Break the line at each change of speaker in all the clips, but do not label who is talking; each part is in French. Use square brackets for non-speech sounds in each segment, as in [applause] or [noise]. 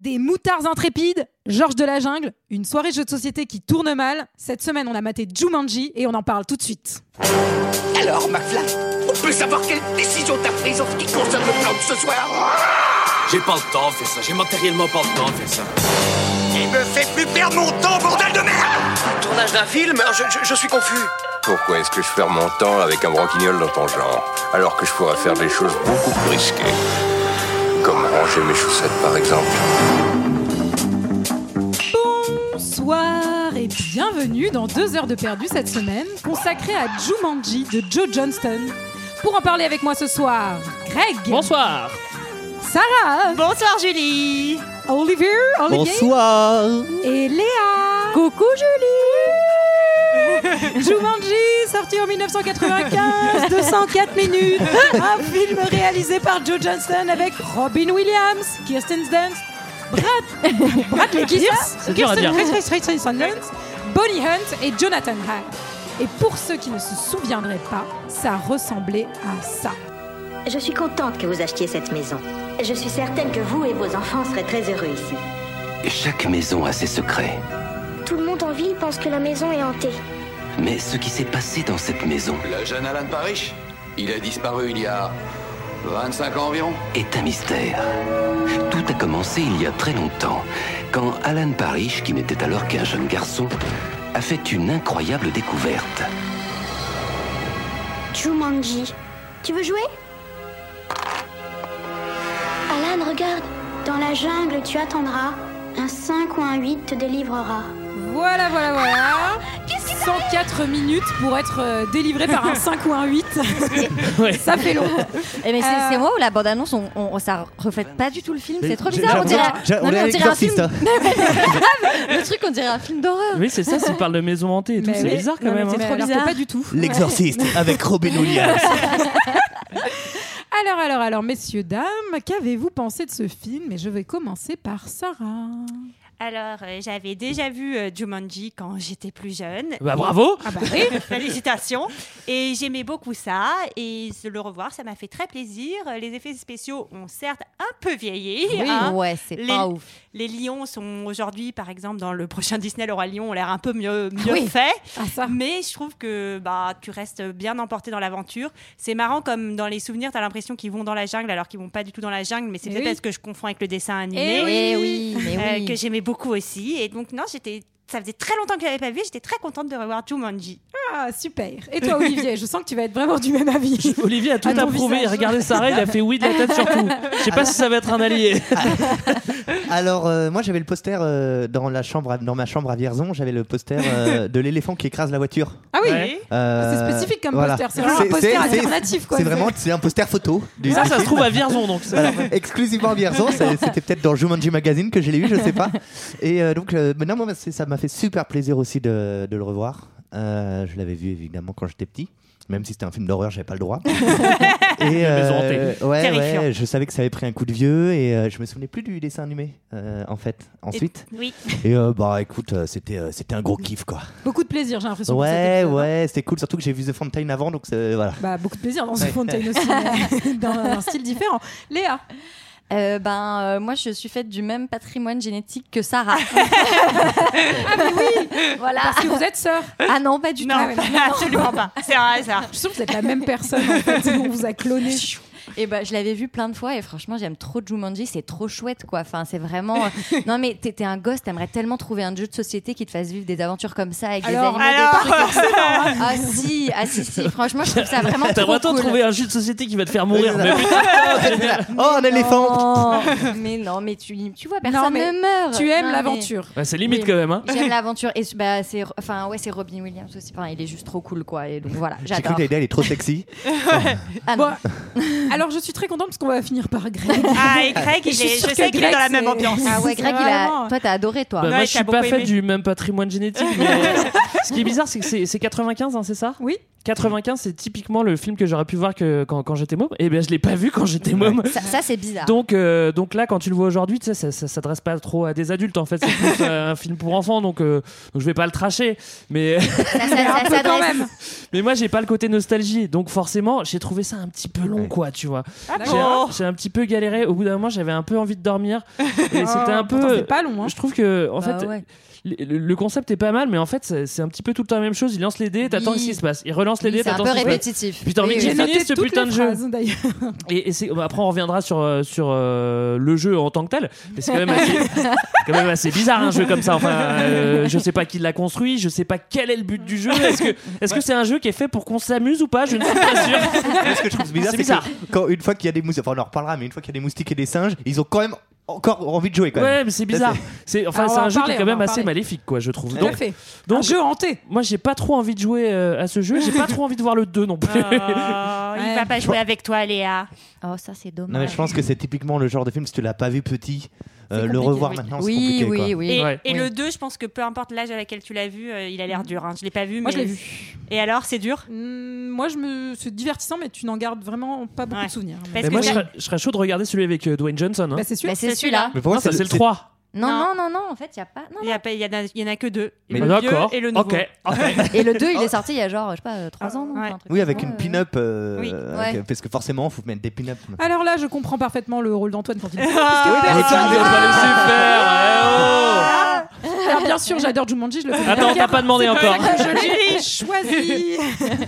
Des moutards intrépides, Georges de la Jungle, une soirée de jeux de société qui tourne mal. Cette semaine, on a maté Jumanji et on en parle tout de suite.
Alors, McFly, on peut savoir quelle décision t'as prise en ce qui concerne le plan de ce soir
J'ai pas le temps de faire ça, j'ai matériellement pas le temps de faire ça.
Il me fait plus perdre mon temps, bordel de merde
Tournage d'un film Euh, je, je- je suis confus.
Pourquoi est-ce que je perds mon temps avec un broquignol dans ton genre, alors que je pourrais faire des choses beaucoup plus risquées Comme ranger mes chaussettes, par exemple.
Bonsoir et bienvenue dans deux heures de perdu cette semaine, consacrée à Jumanji de Joe Johnston. Pour en parler avec moi ce soir, Greg,
Bonsoir.
Sarah,
Bonsoir Julie
Olivier, Olivier
Bonsoir
et Léa. Coucou Julie Jumanji, sorti en 1995, 204 minutes, un film réalisé par Joe Johnston avec Robin Williams, Kirsten Dunst, Brad, Bradley
C'est
Gibson,
dur à
Kirsten
dire.
Kirsten Dunst, Bonnie Hunt et Jonathan Hall. Et pour ceux qui ne se souviendraient pas, ça ressemblait à ça.
Je suis contente que vous achetiez cette maison. Je suis certaine que vous et vos enfants serez très heureux ici.
Chaque maison a ses secrets.
Tout le monde en ville pense que la maison est hantée.
Mais ce qui s'est passé dans cette maison
La jeune Alan Parrish Il a disparu il y a 25 ans environ.
est un mystère. Tout a commencé il y a très longtemps, quand Alan Parrish, qui n'était alors qu'un jeune garçon, a fait une incroyable découverte.
Jumanji. Tu veux jouer Alan, regarde. Dans la jungle, tu attendras. Un 5 ou un 8 te délivrera.
Voilà, voilà, voilà. 104 minutes pour être euh, délivré par un 5 ou un 8.
Ouais.
Ça fait long.
Eh mais c'est
Euh.
c'est moi ou la bande-annonce, on, on- ça reflète pas du tout le film, c'est trop
J'ai-
bizarre. On
j'ai-
dirait,
j'ai-
non,
on
mais
est
on
à
dirait un film.
l'exorciste. hein.
Le truc, on dirait un film d'horreur.
Oui, c'est ça, s'il parle de maison hantée et tout, c'est
oui.
bizarre quand
Non, mais
même.
c'est
hein.
trop
alors que
bizarre.
Pas du tout.
L'exorciste avec Robin Williams.
Alors, alors, alors, messieurs, dames, qu'avez-vous pensé de ce film Et je vais commencer par Sarah.
Alors, euh, j'avais déjà vu euh, Jumanji quand j'étais plus jeune.
Bah bravo
Ah bah oui.
[laughs] Félicitations. Et j'aimais beaucoup ça. Et le revoir, ça m'a fait très plaisir. Les effets spéciaux ont certes un peu vieilli. ouais, c'est pas ouf. Ah. Les lions sont aujourd'hui, par exemple, dans le prochain Disney, le roi lion, ont l'air un peu mieux, mieux fait.
Ah, ça.
Mais je trouve que bah, tu restes bien emporté dans l'aventure. C'est marrant comme dans les souvenirs, tu as l'impression qu'ils vont dans la jungle alors qu'ils vont pas du tout dans la jungle. Mais c'est
Eh
peut-être
oui.
parce que je confonds avec le dessin animé.
Eh oui.
euh, que j'aimais beaucoup aussi. Et donc, non, j'étais. Ça faisait très longtemps que je l'avais pas vu, j'étais très contente de revoir Jumanji.
Ah, super. Et toi, Olivier, je sens que tu vas être vraiment du même avis.
Olivier a tout
À ton
approuvé.
visage.
[laughs] Regardez Sarah, il a fait oui de la tête surtout. Je sais pas si ça va être un allié.
[laughs] Alors, euh, moi j'avais le poster euh, dans, la chambre à- dans ma chambre à Vierzon, j'avais le poster
[laughs]
euh, de l'éléphant qui écrase la voiture.
Ah oui
Ouais.
Euh,
C'est spécifique comme
voilà.
poster. C'est vraiment un
c'est-
poster
c'est-
alternatif. quoi.
C'est vraiment c'est un poster photo. du-
Ça, ça
du
se trouve
film.
à Vierzon donc. c'est
Voilà.
parfait.
exclusivement à Vierzon, ça- c'était peut-être dans Jumanji Magazine que je l'ai eu, je sais pas. Et euh, donc, euh, mais non, moi, c'est- ça m'a fait super plaisir aussi de, de le revoir. Euh, je l'avais vu évidemment quand j'étais petit, même si c'était un film d'horreur, j'avais pas le droit. et euh,
maison hantée.
ouais,
Terrifiant.
ouais, je savais que ça avait pris un coup de vieux et euh, je me souvenais plus du dessin animé euh, en fait. Ensuite,
Oui.
et euh, bah écoute, euh, c'était euh, c'était un gros kiff quoi.
Beaucoup de plaisir, j'ai l'impression. pour cet
Ouais,
épisode, hein.
ouais, c'était cool, surtout que j'ai vu The Fountain avant, donc c'est- voilà.
Bah, beaucoup de plaisir dans ce Fontaine aussi,
[laughs]
mais dans un style différent. Léa,
Euh, ben, euh, moi, je suis faite du même patrimoine génétique que Sarah. voilà.
parce que vous êtes sœurs.
Ah non, pas du
Non,
tout.
absolument pas. C'est un hasard.
Je suis sûre que vous êtes la même personne en fait, on vous a cloné.
Et ben, je l'avais vu plein de fois et franchement, j'aime trop Jumanji. C'est trop chouette, quoi. Enfin, c'est vraiment. euh, non, mais t'es t'es un gosse, t'aimerais tellement trouver un jeu de société qui te fasse vivre des aventures comme ça avec
Alors,
des animaux. des
alors,
trucs. ah si, ah si, [laughs] si. Franchement, je trouve ça vraiment
T'as
trop
vraiment
cool.
trouvé un jeu de société qui va te faire mourir.
Oui,
mais putain,
Oh, un éléphant
Non, mais non, mais tu, tu vois, personne
mais
ne meurt.
Tu aimes
Non, mais-
l'aventure.
bah, c'est limite
Oui.
quand même. Hein.
J'aime l'aventure et bah, c'est enfin ouais c'est Robin Williams aussi enfin il est juste trop cool quoi et donc voilà
J'ai cru
j'adore
que l'idée elle est
[laughs]
trop sexy.
ah non.
Bon, alors je suis très contente parce qu'on va finir par Greg.
Ah, et Craig,
Je
[laughs]
il
suis
est- je,
sûre que
sais qu'il est
Greg,
dans la même
c'est-
ambiance.
ah ouais Greg il
Vraiment.
a toi t'as adoré toi
Bah,
Ouais,
moi,
t'as
je suis
beaucoup
pas fait
aimé.
du même patrimoine génétique. mais- Ce qui est bizarre, c'est que c'est c'est 95, hein, c'est ça
Oui.
95, c'est typiquement le film que j'aurais pu voir que, quand, quand j'étais môme. Et bien, je l'ai pas vu quand j'étais môme.
Ça, ça, c'est bizarre.
Donc, euh, donc là, quand tu le vois aujourd'hui, tu sais, ça, ça, s'adresse pas trop à des adultes en fait. C'est plus euh, un film pour enfants, donc, euh, donc je vais pas le tracher. Mais [laughs]
ça, ça
peu quand
s'adresse-
même.
mais moi, j'ai pas le côté nostalgie, donc forcément, j'ai trouvé ça un petit peu long, quoi, tu vois. J'ai-
bon
J'ai un petit peu galéré. Au bout d'un moment, j'avais un peu envie de dormir. Et
Oh,
c'était un
pourtant,
peu.
c'est pas long, hein.
Je trouve que, en
Bah
fait,
ouais.
le, le concept est pas mal, mais en fait, c'est c'est un petit peu tout le temps la même chose. Il lance les dés, t'attends
Oui.
ce qui se passe. Il relance les
Oui,
dés,
c'est un
t'attends
peu
ce qui se passe.
répétitif.
Putain, mais
Oui,
j'ai
oui.
fini ce
toutes
putain
les
de jeu.
phrases, d'ailleurs.
Et, et c'est- bah, après, on reviendra sur, euh, sur euh, le jeu en tant que tel. Mais c'est quand même assez, c'est quand même assez bizarre un jeu comme ça. Enfin, euh, je sais pas qui l'a construit, je sais pas quel est le but du jeu. Est-ce que est-ce que c'est un jeu qui est fait pour qu'on s'amuse ou pas Je ne suis pas sûr.
Ce que je trouve bizarre,
C'est
c'est
bizarre.
que quand une fois qu'il y a des moustiques, enfin on en reparlera, mais une fois qu'il y a des moustiques et des singes, ils ont quand même encore envie de jouer quand même.
Ouais, mais c'est
Ça,
bizarre. C'est enfin
Alors, Ah, on
c'est
va
un
en
jeu qui
parler,
est quand
on va
même
en
assez
parler.
maléfique, quoi, je trouve.
Tout à
Donc,
fait.
donc
Un jeu hanté.
moi, j'ai pas trop envie de jouer euh, à ce jeu. J'ai pas trop envie de voir le 2 non plus.
Ah.
Oh, il va pas jouer avec toi, Léa.
Oh, ça, c'est dommage.
Non mais je pense que c'est typiquement le genre de film si tu l'as pas vu petit, euh, le
compliqué,
revoir
oui.
maintenant c'est
Oui,
compliqué.
oui,
quoi.
oui.
Et,
Ouais.
et
Oui.
le 2, je pense que peu importe l'âge à laquelle tu l'as vu, euh, il a l'air dur. hein. Je l'ai pas vu,
Moi, je
mais-
l'ai vu.
Et alors, c'est dur
Hmm, Moi, je me. C'est divertissant, mais tu n'en gardes vraiment pas beaucoup
Ouais.
de souvenirs.
Parce
Mais
que
moi, je
ça-
serais, je serais chaud de regarder celui avec euh, Dwayne Johnson. hein.
Bah, c'est sûr.
Bah, c'est
C'est
celui-là.
Mais pour
non,
moi
ça, c'est le
c'est-
3.
Non,
Non.
non, non, non, en fait, il n'y a pas. non,
Il y, a pas- il y en a- il y en a que deux.
Mais
le
Ah, D'accord.
vieux et le nouveau.
Ok. ok.
non. Et le 2,
[laughs]
il est sorti il y a genre, je sais pas, 3 ans. non
Oh. Ouais.
Enfin, un truc
Oui,
comme
avec
ça,
une
euh.
pin-up. euh,
Oui.
avec-
Ouais.
Parce que forcément, faut mettre des pin-up.
Alors là, je comprends parfaitement le rôle d'Antoine
[laughs]
quand il dit ça, parce que
Ah,
Putain,
personne-
vous avez pas laissé faire, eh oh
Alors, Ah, bien sûr, j'adore Jumanji, je le fais bien.
Attends, on t'a pas demandé encore.
[laughs] Je l'ai choisi.
[laughs]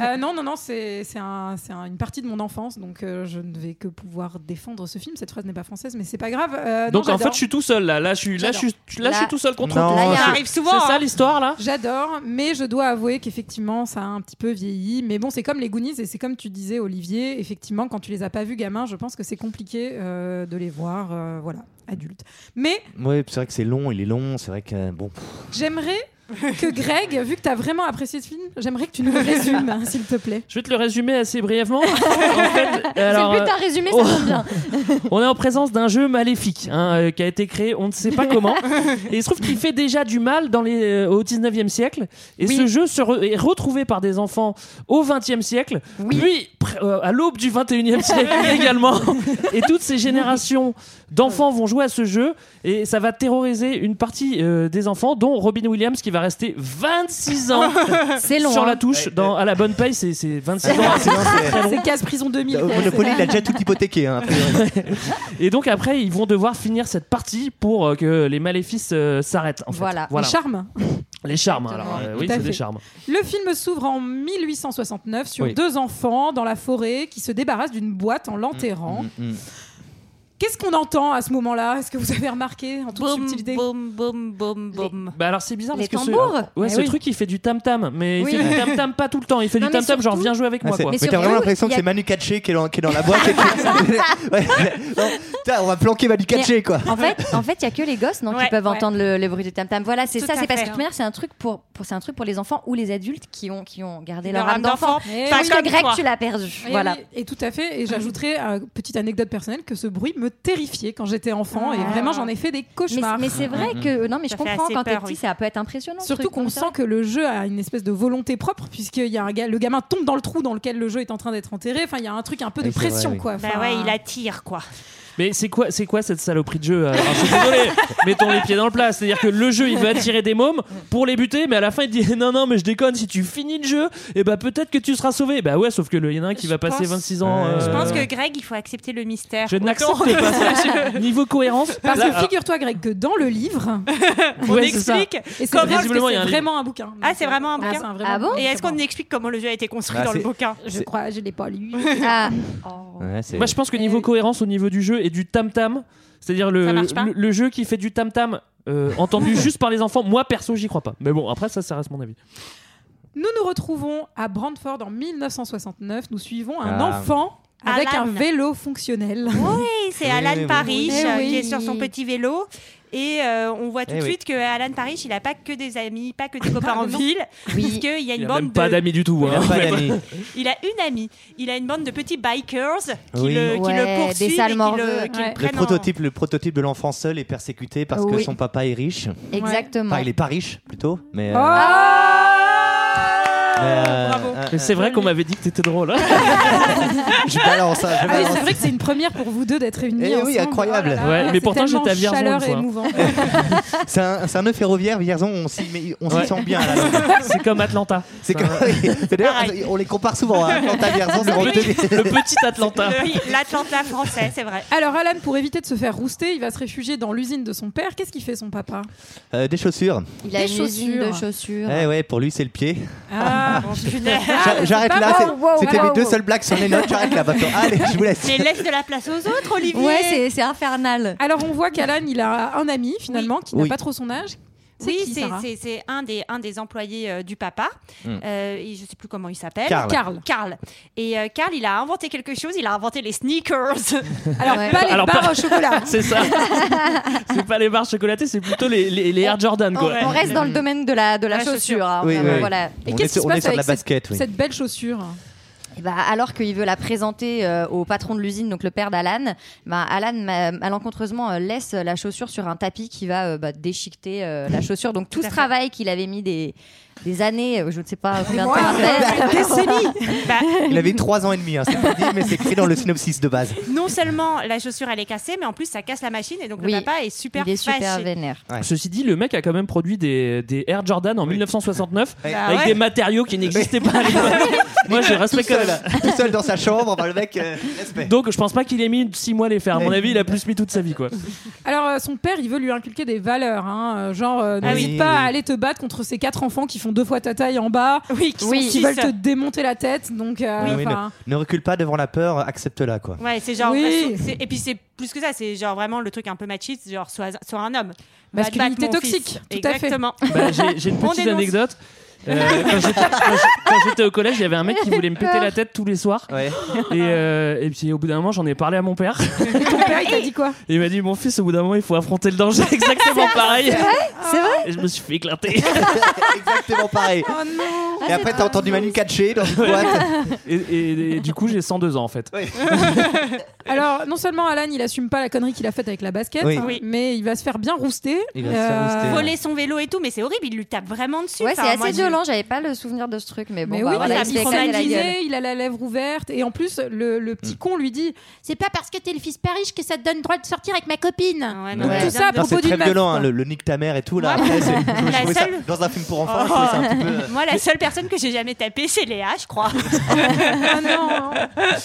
Euh, non, non, non, c'est c'est un- c'est un- une partie de mon enfance, donc euh, je ne vais que pouvoir défendre ce film. Cette phrase n'est pas française, mais c'est pas grave. Euh, non,
Donc en fait,
j'adore.
je suis tout seul là. Là, je suis, là, je suis, là, je suis
Là-
tout seul contre
Non,
toi.
Là, il y
Ça
a-
arrive
C'est
souvent.
ça
hein.
l'histoire là
J'adore, mais je dois avouer qu'effectivement, ça a un petit peu vieilli. Mais bon, c'est comme les Goonies et c'est comme tu disais, Olivier. Effectivement, quand tu les as pas vus gamin, je pense que c'est compliqué euh, de les voir, euh, voilà, adultes. Mais
Ouais, c'est vrai que c'est long, il est long. C'est vrai que euh, bon.
j'aimerais que Greg, vu que tu as vraiment apprécié ce film, j'aimerais que tu nous le résumes, hein, s'il te plaît.
Je vais te le résumer
[laughs]
assez brièvement. en fait, alors,
c'est le but d'un résumé,
oh.
ça tombe bien.
[laughs] on est en présence d'un jeu maléfique hein, euh, qui a été créé, on ne sait
[laughs]
pas comment. Et il se trouve qu'il fait déjà du mal dans les, euh, au 19e siècle. Et ce jeu se re- est retrouvé par des enfants au 20e siècle, puis pr- euh, à l'aube du
[laughs]
21e siècle également. Et toutes ces générations d'enfants vont jouer à ce jeu. Et ça va terroriser une partie euh, des enfants, dont Robin Williams qui va rester 26 [laughs] ans
C'est long.
sur la
hein.
touche. dans, à la bonne paye, c'est c'est 26 ans.
Sinon, c'est-
C'est Casse Prison 2000.
Au
quoi.
Monopoly, il a déjà tout hypothéqué. Hein,
[laughs]
a priori.
Et donc après, ils vont devoir finir cette partie pour euh, que les maléfices euh, s'arrêtent. En fait.
Voilà.
Le charme.
Les charmes. Alors, euh, oui,
Tout à
c'est
fait.
des charmes.
Le film s'ouvre en 1869 sur
Oui.
deux enfants dans la forêt qui se débarrassent d'une boîte en
Mhm.
l'enterrant.
Mm, mm.
Qu'est-ce qu'on entend à ce moment-là Est-ce que vous avez remarqué en toute
Boum,
subtilité
boum, boum, boum, boum.
Bah alors c'est bizarre
Les
parce
tambours
que ce, ouais,
Eh
ce
oui.
truc il fait du tam tam, mais
Oui.
il fait du tam tam pas tout le temps. Il fait
Non,
du
mais
tam tam genre
surtout-
viens jouer avec
Ah,
moi
c'est-
quoi.
mais
Mais
t'as vraiment
surtout,
l'impression
il y
que
a-
c'est Manu Katché qui est dans, qui est dans
[laughs]
la boîte. [laughs] et que- Ouais, non, putain, on va planquer Manu Katché quoi.
En fait,
[laughs]
en fait, il y a que les gosses non,
Ouais,
qui peuvent
ouais.
entendre le, le bruit du tam tam. Voilà, c'est
Tout
ça.
à
C'est parce
fait.
que de toute manière, c'est un truc pour, pour c'est un truc pour les enfants ou les adultes qui ont qui ont gardé leur,
Leur âme d'enfant.
Eh
Pas
oui.
Parce que
comme
Greg,
toi.
tu l'as perdu.
Et
voilà.
oui, et tout à fait. Et j'ajouterai une petite anecdote personnelle que ce bruit me terrifiait quand j'étais enfant. Et
Ah.
vraiment, j'en ai fait des
Mais,
cauchemars.
mais c'est vrai que non, mais je
Mm-hmm. Ça fait
comprends
assez
quand t'es
peur,
petit,
oui.
ça peut être impressionnant. ce
Surtout
truc
qu'on
comme ça.
sent que le jeu a une espèce de volonté propre, puisque y a un gars, le gamin tombe dans le trou dans lequel le jeu est en train d'être enterré. Enfin, il y a un truc un peu de
Oui, c'est
pression,
vrai, oui.
quoi.
Bah
Enfin,
ouais, il attire quoi.
Mais c'est quoi c'est quoi cette saloperie de jeu euh, alors, Je suis désolé, [laughs] mettons les pieds dans le plat. C'est à dire que le jeu il veut attirer des mômes pour les buter, mais à la fin il dit [laughs] non non mais je déconne si tu finis le jeu, et bah peut-être que tu seras sauvé. Bah ouais sauf que le y en a un qui
Je
va passer
pense-
26 ans.
Je
Je
euh,
pense que Greg, il faut accepter le mystère.
je
Autant-
n'accepte
[laughs]
pas ça. Niveau cohérence,
Parce
là,
que figure-toi, Greg, que dans le
[laughs]
livre,
On
ouais, c'est ça.
explique.
et c'est
Comme
vrai parce que
visiblement, il y
c'est
a un livre.
vraiment un bouquin.
Ah, c'est vraiment un bouquin
Oh, c'est un vrai
Ah bon
Et est-ce qu'on explique comment le jeu a été construit
Bah,
dans le
c'est-
bouquin
Je crois, je l'ai pas
[laughs]
lu.
Ah.
Moi, je pense que niveau cohérence, au niveau du jeu et du tam tam, c'est-à-dire le,
Ça marche pas
le, le jeu qui fait du tam tam euh,
[laughs]
entendu juste par les enfants, moi perso, j'y crois pas. Mais bon, après, ça, ça reste mon avis.
Nous nous retrouvons à Brantford en 1969. Nous suivons un
Ah.
enfant avec
Alan.
un vélo fonctionnel.
Oui, c'est
Eh
Alan
oui.
Parrish
Eh
euh,
oui.
qui est sur son petit vélo. Et euh, on voit tout
Eh
de
oui.
suite que Alan Parrish, il n'a pas que des amis, pas que des copains en
non.
ville,
Oui.
puisqu'il y a une
Il a
bande
même pas
de...
d'amis du tout.
Il a
hein.
pas d'amis.
Il a une amie. Il a une bande de petits bikers qui,
Oui.
le, qui
Ouais,
le
des
poursuivent et
sales
qui
morveux.
le, qui le
Ouais. Le
Le
prennent en-
prototype, le prototype de l'enfant seul est persécuté parce que
Oui.
son papa est riche.
Exactement.
Enfin, il est pas riche plutôt, mais. euh,
Oh bravo.
Mais c'est vrai qu'on m'avait dit que t'étais drôle. hein.
je balance. hein, je
Ah oui,
balance.
c'est vrai que c'est une première pour vous deux d'être réunis.
Eh oui,
ensemble.
incroyable.
Oh là là,
Ouais, mais
c'est
pourtant,
tellement
j'étais à Vierzon une
chaleur et
fois.
émouvant.
C'est un, c'est un nœud ferroviaire, Vierzon, on s'y met- on s'y
Ouais.
sent bien.
[laughs]
là.
[laughs] C'est comme Atlanta.
[laughs] C'est comme- D'ailleurs, on les compare souvent. Hein. Atlanta, Vierzon, c'est
Le
entre
petit-
deux-
le petit Atlanta.
Le- L'Atlanta français, c'est vrai.
Alors Alan, pour éviter de se faire rouster, il va se réfugier dans l'usine de son père. Qu'est-ce qu'il fait son papa
[laughs] Euh, des chaussures.
Il a
Des
une usine de
chaussures.
chaussures.
Eh ouais, pour lui, c'est le pied.
Ah,
[laughs] J'a- J'arrête là. c'est- C'était mes deux seules blagues sur les notes. J'arrête là. maintenant. Allez, je vous laisse.
Mais laisse de la place aux autres, Olivier.
Ouais, c'est- c'est infernal.
Alors on voit qu'Alan, il a un ami finalement qui n'a
Oui.
pas trop son âge. C'est
Oui,
qui,
c'est-
Sarah
c'est c'est un des, un des employés euh, du papa.
Hmm.
Euh, et je ne sais plus comment il s'appelle.
Karl. Karl.
Karl. Et euh, Karl, il a inventé quelque chose. Il a inventé les sneakers.
Alors,
Ouais. pas les barres au
[laughs]
chocolat. C'est ça. [laughs] C'est pas les barres chocolatées, c'est plutôt les, les, les Air Jordan. Quoi.
On reste dans le domaine de la, de la,
La chaussure.
chaussure. hein,
Oui,
vraiment,
oui.
Voilà.
On est sur- on est sur de la
basket, oui.
cette belle chaussure
Eh ben, alors qu'il veut la présenter euh, au patron de l'usine, donc le père d'Alan, ben, Alan ma- malencontreusement euh, laisse la chaussure sur un tapis qui va euh, bah, déchiqueter euh, la chaussure. Donc tout ce travail qu'il avait mis des, des années, euh, je ne sais pas combien de temps. à faire.
Il avait 3 ans et demi, hein, c'est pas dit, mais c'est écrit dans le synopsis de base.
Non seulement la chaussure, elle est cassée, mais en plus, ça casse la machine. Et donc,
Oui.
le papa est super
Il est super
fâché.
vénère.
Ceci dit, le mec a quand même produit des, des Air Jordan en 1969
Bah
avec
ouais.
des matériaux qui n'existaient pas à l'époque. [laughs] Moi, je
tout
respecte quand
seul,
même.
tout seul dans sa chambre, enfin, le mec, euh, respect.
Donc, je pense pas qu'il ait mis 6 mois à les faire. À mon
Ouais.
avis, il a plus mis toute sa vie. quoi.
Alors, euh, son père, il veut lui inculquer des valeurs, hein, euh, genre euh,
Ah
n'hésite
oui.
pas à aller te battre contre ces quatre enfants qui font deux fois ta taille en bas,
oui,
qui,
sont six.
veulent te démonter la tête. Donc, euh,
Oui, oui, ne,
enfin,
ne recule pas devant la peur,
[laughs]
accepte-la quoi.
Ouais, c'est genre.
Oui.
bah,
c'est- Et puis, c'est plus que ça. C'est genre vraiment le truc un peu machiste. Genre, sois, sois un homme. Va te battre,
Masculinité
mon fils.
toxique, tout à fait.
Exactement.
Bah, j'ai- [laughs] j'ai une
On
petite
dénonce.
anecdote. Euh, quand j'étais- quand j'ai- quand j'étais au collège, il y avait un mec qui voulait me péter la tête tous les soirs. Et, euh, et puis au bout d'un moment, j'en ai parlé à mon père.
ton père, il t'a dit quoi
Et il m'a dit Mon fils, au bout d'un moment, il faut affronter le danger [laughs] exactement pareil.
C'est vrai
Et je me suis fait éclater.
Exactement pareil.
Oh non
Et après, t'as entendu Manu catcher dans une boîte.
et, et- et du coup, j'ai 102 ans en fait.
Alors, non seulement Alan, il assume pas la connerie qu'il a faite avec la basket,
Oui.
hein,
Oui.
mais il va se faire bien rouster.
Il va se faire rouster.
Euh,
Voler son vélo et tout, mais c'est horrible. Il lui tape vraiment dessus.
Ouais,
Enfin,
c'est
moi,
assez
je-
violent, j'avais pas le souvenir de ce truc, mais bon,
Mais
bah,
oui,
voilà,
il
il
a
se fait éclater la gueule.
traumatisé, il a la lèvre ouverte, et en plus, le, le petit con lui dit C'est pas parce que t'es le fils pas riche que ça te donne le droit de sortir avec ma copine.
Non,
Donc,
mais-
Tout ça à
Putain,
propos
C'est
d'une
très
meuf,
violent,
quoi.
hein, le, le nique ta mère et tout. Là, après, c'est- je trouvais ça- dans un film pour enfants, je trouvais ça un petit peu. euh,
Moi, la seule personne que j'ai jamais tapée, c'est Léa, je crois. Ah
[laughs]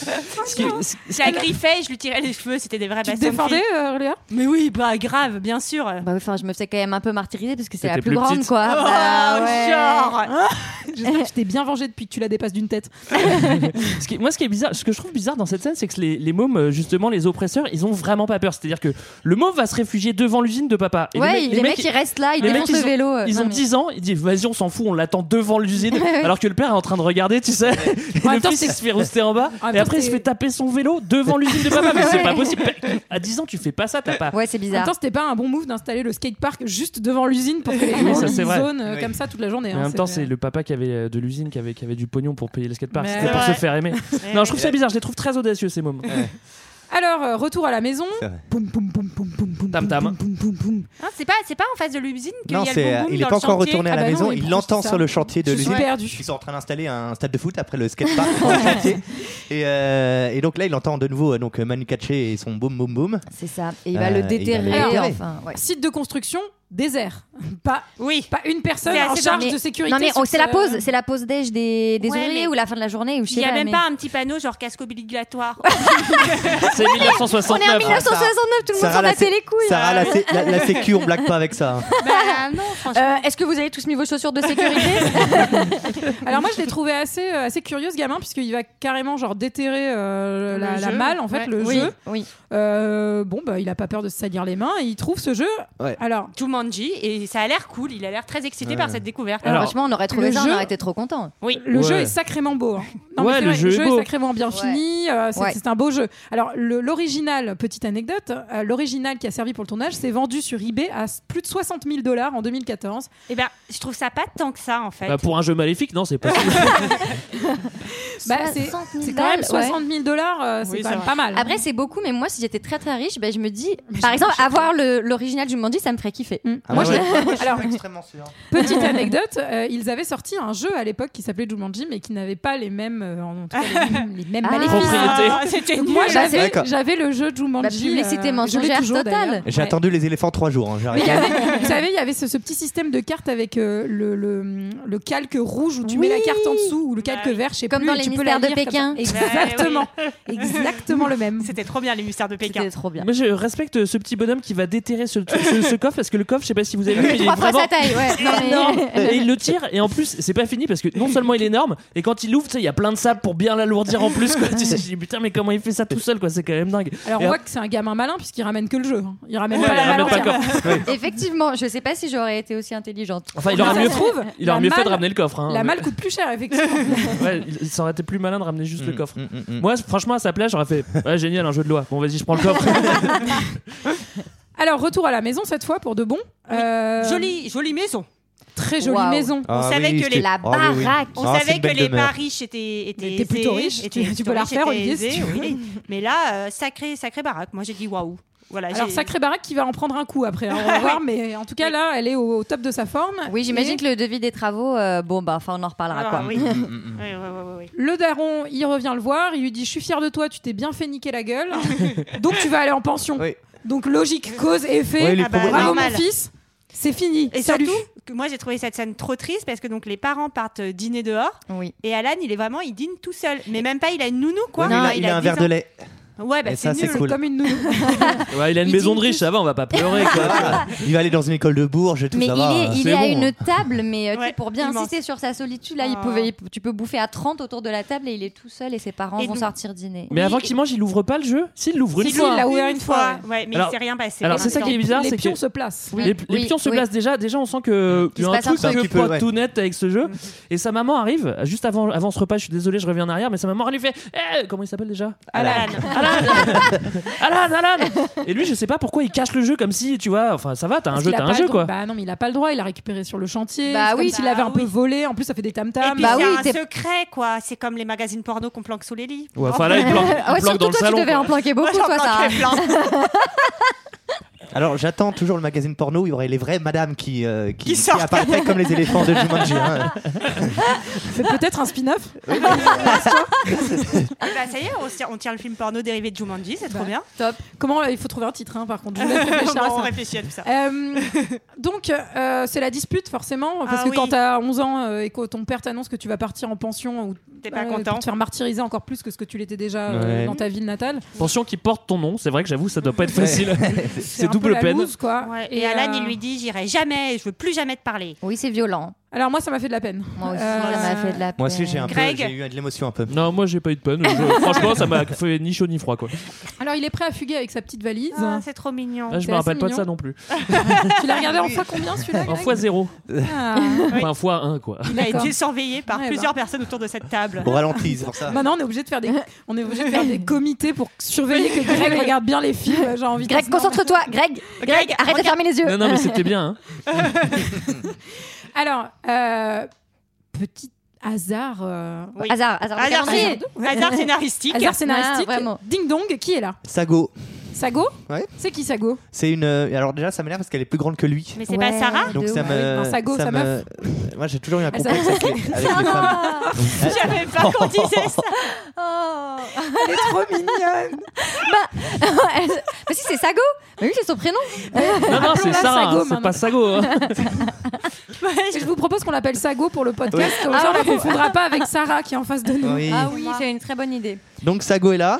Ce qui- ce-
Je la griffais, je lui tirais les cheveux, c'était des vrais
Tu te
bastons de
défendais,
filles.
euh, Léa
Mais oui, bah grave, bien sûr.
Bah oui, enfin, je me faisais quand même un peu martyriser parce que c'est la
T'étais
plus,
plus
grande,
petite.
quoi.
Oh,
Bah, ouais. [laughs]
genre
Hein J'espère que tu t'es bien vengé depuis que tu la dépasses d'une tête.
ce qui- moi, ce qui est bizarre, ce que je trouve bizarre dans cette scène, c'est que les, les mômes, euh, justement, les oppresseurs, ils ont vraiment pas peur. C'est-à-dire que le môme va se réfugier devant l'usine de papa. Et
Ouais,
mecs-
les mecs, ils restent là, ils
les
défoncent
mecs,
le
ont-
vélo, euh,
Ils
non,
ont
mais-
10 ans, ils disent vas-y, on s'en fout, on l'attend devant l'usine.
[laughs]
Ouais, ouais.
alors que le père est en train de regarder, tu sais. et
En même
le
temps,
fils, il
c'est-
se fait rouster en bas.
En même
et
temps,
après, il se
c'est-
fait taper son vélo devant l'usine de papa. Mais c'est
Ouais.
pas possible. À 10 ans, tu fais pas ça, t'as pas.
c'est
En même temps, c'était pas un bon move d'installer le skatepark juste devant l'usine pour que les
Oui,
gens
ça, c'est vrai.
zonent euh,
Oui.
comme ça toute la journée.
Mais en
hein,
même temps, c'est le papa qui avait euh, de l'usine qui avait, qui avait du pognon pour payer les skateparks.
Mais
C'était
c'est
pour se
vrai.
faire aimer. non, je trouve ça bizarre. Je les trouve très audacieux ces mômes.
Alors, euh, retour à la maison.
C'est
Poum, poum, poum, poum, poum, poum,
Tam tam.
Hein, c'est pas, c'est pas en face de l'usine qu'il y a
Non,
le
c'est, euh,
boum boum
il est
dans
pas
le
encore
chantier.
retourné à la
Ah bah
maison.
non,
il
prend
l'entend
tout
sur le
ça.
chantier de
Je suis
l'usine.
perdu.
Ils sont en train d'installer un stade de foot après le skatepark dans le chantier. Et, euh, et donc là, il entend de nouveau euh, donc euh, Manu Katché et son boum boum boum.
C'est ça. Et il va
Ah,
le déterrer. enfin, ouais.
Site de construction désert. Pas,
oui.
pas une personne
C'est
en
assez
charge
dingue.
de sécurité.
Non mais
sur
oh, c'est la
ce-
pause, c'est la pause déj des, des
Ouais,
ouvriers
mais-
ou la fin de la journée ou je
Il
sais
y a
pas,
même
mais-
pas un petit panneau genre casque obligatoire.
C'est
On est en
Ah,
1969.
1969, tout le monde s'en battait les couilles.
Sarah,
là.
la, sé- la, la sécu, on blague pas avec ça. hein.
[laughs]
Euh, Est-ce que vous avez tous mis vos chaussures de sécurité
Alors moi je l'ai trouvé assez euh, assez curieux ce gamin puisqu'il va carrément genre déterrer euh,
Le
la, la
jeu.
malle en fait
Ouais.
le
Oui,
jeu.
Oui.
Euh, bon bah il a pas peur de se salir les mains et il trouve ce jeu.
Ouais.
Alors
Jumanji, et ça a l'air cool. Il a l'air très excité
Ouais.
par cette découverte.
Ah,
Alors, franchement, on aurait trouvé
le
ça,
jeu-
on aurait été trop content.
Oui.
Le jeu
Ouais.
est sacrément beau. hein.
Ouais,
mais c'est
le
vrai,
jeu est beau.
sacrément bien fini. euh, c'est
Ouais.
c'est un beau jeu. Alors, le- l'original, petite anecdote, euh, l'original qui a servi pour le tournage s'est vendu sur eBay à s- plus de 60 000 dollars. dollars en 2014.
Eh ben, je trouve ça pas tant que ça en fait.
Bah, pour un jeu maléfique, non, c'est possible.
Bah, c'est
[laughs]
60 000
c'est quand même
balles,
60 000 dollars, euh, c'est
Oui,
quand
c'est
même
vrai.
pas mal.
Après, c'est beaucoup, mais moi, si j'étais très très riche, ben, je me dis, par exemple, avoir le- l'original du Mandy, ça me ferait kiffer.
Mm.
Ah
Moi, je- Alors,
extrêmement sûr.
Petite anecdote, euh, ils avaient sorti un jeu à l'époque qui s'appelait Jumanji, mais qui n'avait pas les mêmes, euh, en tout cas, les mêmes, les mêmes
Ah.
maléfices.
Propriétés.
Ah, c'était
Donc
Bah,
Moi,
nul.
j'avais,
D'accord.
j'avais le jeu
La
Jumanji. euh,
publicité mensongère totale.
J'ai attendu les éléphants trois jours. hein, j'ai
Mais il y
[laughs]
arrêté.
avait- vous savez, il y avait ce, ce petit système de cartes avec euh, le, le- le calque rouge où tu
Oui.
mets la carte en dessous ou le calque vert, je sais
Comme
plus,
dans
et
les
tu peux la
mystères de
lire comme ça.
Pékin.
Exactement. [laughs] Exactement le même.
C'était trop bien les mystères de Pékin.
C'était trop bien.
Moi, je respecte ce petit bonhomme qui va déterrer ce, ce- ce coffre parce que le coffre, je sais pas si vous avez vu, mais il est
Trois fois
vraiment
sa taille, ouais. Non, mais-
énorme. Et il le tire et en plus, c'est pas fini parce que non seulement il est énorme, et quand il l'ouvre, tu sais, il y a plein de sable pour bien l'alourdir en plus. Quoi. tu sais, je dis putain, mais comment il fait ça tout seul quoi C'est quand même
[laughs]
dingue.
Alors
Et
on voit que c'est un gamin malin puisqu'il ramène que le jeu. hein. Il ramène
Ouais,
pas
il
la
ramène
valeur.
pas le coffre. Oui.
[laughs] Effectivement, je sais pas si j'aurais été aussi intelligente.
Enfin, il aurait
Ça
mieux,
se trouve,
il aurait
la
mieux fait de
malle-
ramener le coffre. hein.
La malle coûte plus cher,
[laughs]
effectivement.
Ouais, il- ça aurait été plus malin de ramener juste le
Mm,
coffre.
mm, mm, mm.
Moi, franchement, à sa place, j'aurais fait ouais, génial, un jeu de loi. Bon, vas-y, je prends le coffre.
Alors retour à la maison cette fois pour de bon. Euh,
Jolie, jolie maison.
Très jolie
Waouh.
maison.
Ah
On savait
oui,
que
j'étais-
les-
La
Ah oui, oui.
baraque.
On
Ah, c'est
savait
une
que
belle
les
demeure.
pas riches étaient, étaient
T'es plutôt
aisés,
riche,
étaient-
tu- tu peux la
riches,
refaire,
étaient
Olivier, si
aisés,
tu veux.
oui. Mais là, euh, sacré, sacré baraque. Moi, j'ai dit waouh.
Ah,
Voilà,
Alors
j'ai-
sacré baraque qui va en prendre un coup après, hein, on
[laughs]
va voir, mais en tout cas là elle est au, au top de sa forme.
Oui, j'imagine
Et
que le devis des travaux, euh, bon, bah, enfin, on en reparlera,
Ah,
quoi.
oui.
Mm, mm, mm.
Oui, oui, oui, oui, oui.
Le daron, il revient le voir, il lui dit je suis fier de toi, tu t'es bien fait niquer la
[laughs]
gueule, donc tu vas aller en pension.
Oui.
Donc logique, cause, effet.
Oui, il est
Ah bah,
pour-
Bravo
normal.
mon fils, c'est fini.
Et
Salut.
surtout, que moi j'ai trouvé cette scène trop triste parce que donc les parents partent euh, dîner dehors
Oui.
et Alan il est vraiment il dîne tout seul. Mais même pas il a une nounou quoi.
Ouais, mais il,
Enfin,
a, il a un
10
verre de
ans.
lait.
Ouais bah
Et
c'est
ça, c'est
nul.
c'est
cool.
comme une nounou.
Ouais, il a une
Il
maison
dit
de riche, ça va, on va pas pleurer. Quoi.
Ah, il va aller dans une école de Bourges et tout
Mais il
ça. va, hein.
hein.
est, il
c'est
est à
bon.
une table, mais euh, tu sais,
Ouais,
pour bien
immense.
insister sur sa solitude, là, il
Ah.
pouvait, il- tu peux bouffer à 30 autour de la table et il est tout seul et ses parents
Et
vont
donc-
sortir dîner.
Mais avant qu'il mange, il ouvre pas le jeu S'il l'ouvre une
Si,
fois.
il l'a ouvert une fois,
Ouais, mais
Alors-
il s'est rien passé.
Alors,
Et
c'est ça
donc,
qui est bizarre,
Les
c'est
pions
que
se placent.
Oui,
les, les
oui,
pions se
oui.
placent déjà. Déjà, on sent que
Qu'il
y
se
a un
passe un Mm.
truc,
truc.
un
Qui peut,
pas
ouais.
tout net avec ce jeu. Et sa maman arrive juste avant, avant ce repas. Je suis désolé, je reviens en arrière, mais sa maman elle lui fait Eh, comment il s'appelle déjà
Alan.
Alan, Alan, Alan. Et lui, je sais pas pourquoi il cache le jeu comme si, tu vois, enfin ça va, t'as un
Parce
jeu,
qu'il a
t'as
pas
un
le
jeu
droit-
quoi.
Bah non, mais il a pas le droit, il a récupéré sur le chantier.
Bah
c'est
oui.
comme s'il avait
Bah
un peu
oui.
volé. En plus, ça fait des tam
Et
tams.
puis
Bah
c'est
oui,
un
t'es-
secret quoi. C'est comme les magazines porno qu'on planque sous les lits.
Ouais, Enfin là, il
[laughs]
planque, il
Ah ouais,
planque
surtout
dans le
toi,
salon.
tu devais
quoi.
en planquer beaucoup,
Moi, j'en
toi, Sarah. [laughs]
planquais plein.
Alors j'attends toujours le magazine porno où il y aurait les vraies madames qui, euh, qui,
Qui sortent.
apparaîtraient comme les éléphants de Jumanji. hein.
C'est peut-être un spin-off.
Eh ben, ça y est, on tire, on tire le film porno dérivé de Jumanji, c'est trop
Bah.
bien.
[laughs] Top. Comment il faut trouver un titre, hein, par contre. Je vous laisse réfléchir
[laughs]
à
Ah,
Bon, on
ça.
réfléchit à tout ça.
Euh, donc, euh, c'est la dispute, forcément. Parce
Ah
que
oui.
quand t'as 11 ans euh, et que ton père t'annonce que tu vas partir en pension ou
T'es pas
euh,
content.
pour te faire martyriser encore plus que ce que tu l'étais déjà euh,
Ouais.
dans ta ville natale,
Pension qui porte ton nom. C'est vrai que j'avoue, ça doit pas être facile.
un
c'est
peu
double
la
peine.
loose, quoi. euh,
Ouais, Et, euh, Alan il lui dit j'irai jamais, je veux plus jamais te parler.
Oui, c'est violent.
Alors, moi, ça m'a fait de la peine.
Moi aussi,
Euh,
ça m'a fait de la peine.
Moi aussi j'ai un peu,
Greg.
j'ai eu de l'émotion un peu.
Non, moi j'ai pas eu de peine. Je- franchement, ça m'a fait ni chaud ni froid quoi.
Alors, il est prêt à fuguer avec sa petite valise.
Ah, c'est trop mignon.
Euh,
Là, je
C'est
me rappelle
assez
pas de
mignon.
ça non plus.
[laughs] tu l'as regardé en fois combien celui-là
En
Greg
fois zéro,
Ah.
enfin fois un quoi.
[laughs] Il a
D'accord.
été surveillé par
Ouais,
plusieurs personnes autour de cette table.
Au ralenti, c'est pour ça.
Maintenant, Bah on est obligé de faire des, on est obligé de faire des comités pour surveiller que Greg regarde bien les films. J'ai envie. de-
Greg, concentre-toi. Greg, Greg, arrête de fermer les yeux.
Non, non, mais c'était bien. hein.
Alors, euh, petit hasard, euh,
Oui.
Hasard, hasard. de
Hasard,
calendrier.
scén- hasard scénaristique.
hasard scénaristique.
Ah, vraiment.
Ding dong, qui est là
Sago,
Sago.
Ouais.
C'est qui Sago
c'est une. euh, Alors déjà ça m'énerve parce qu'elle est plus grande que lui.
Mais Ah, c'est
Ouais.
pas Sarah
Donc
de
ça
ouf.
me.
Oui, un Sago, sa
me- [laughs] Moi j'ai toujours eu un
Elle
complexe avec les, avec les femmes.
J'avais pas qu'on disait ça.
Oh. Bah,
Elle est trop
[laughs]
mignonne.
mais si, c'est Sago. Mais oui, c'est son prénom.
Non, non, c'est
Appelons-la
ça,
Sago,
hein, c'est
maintenant.
pas Sago. hein.
Et je vous propose qu'on l'appelle Sago pour le podcast. Comme
Ah
ça, on la confondra pas avec Sarah qui est en face de nous.
Oui.
Ah oui, c'est une très bonne idée.
Donc Sago est là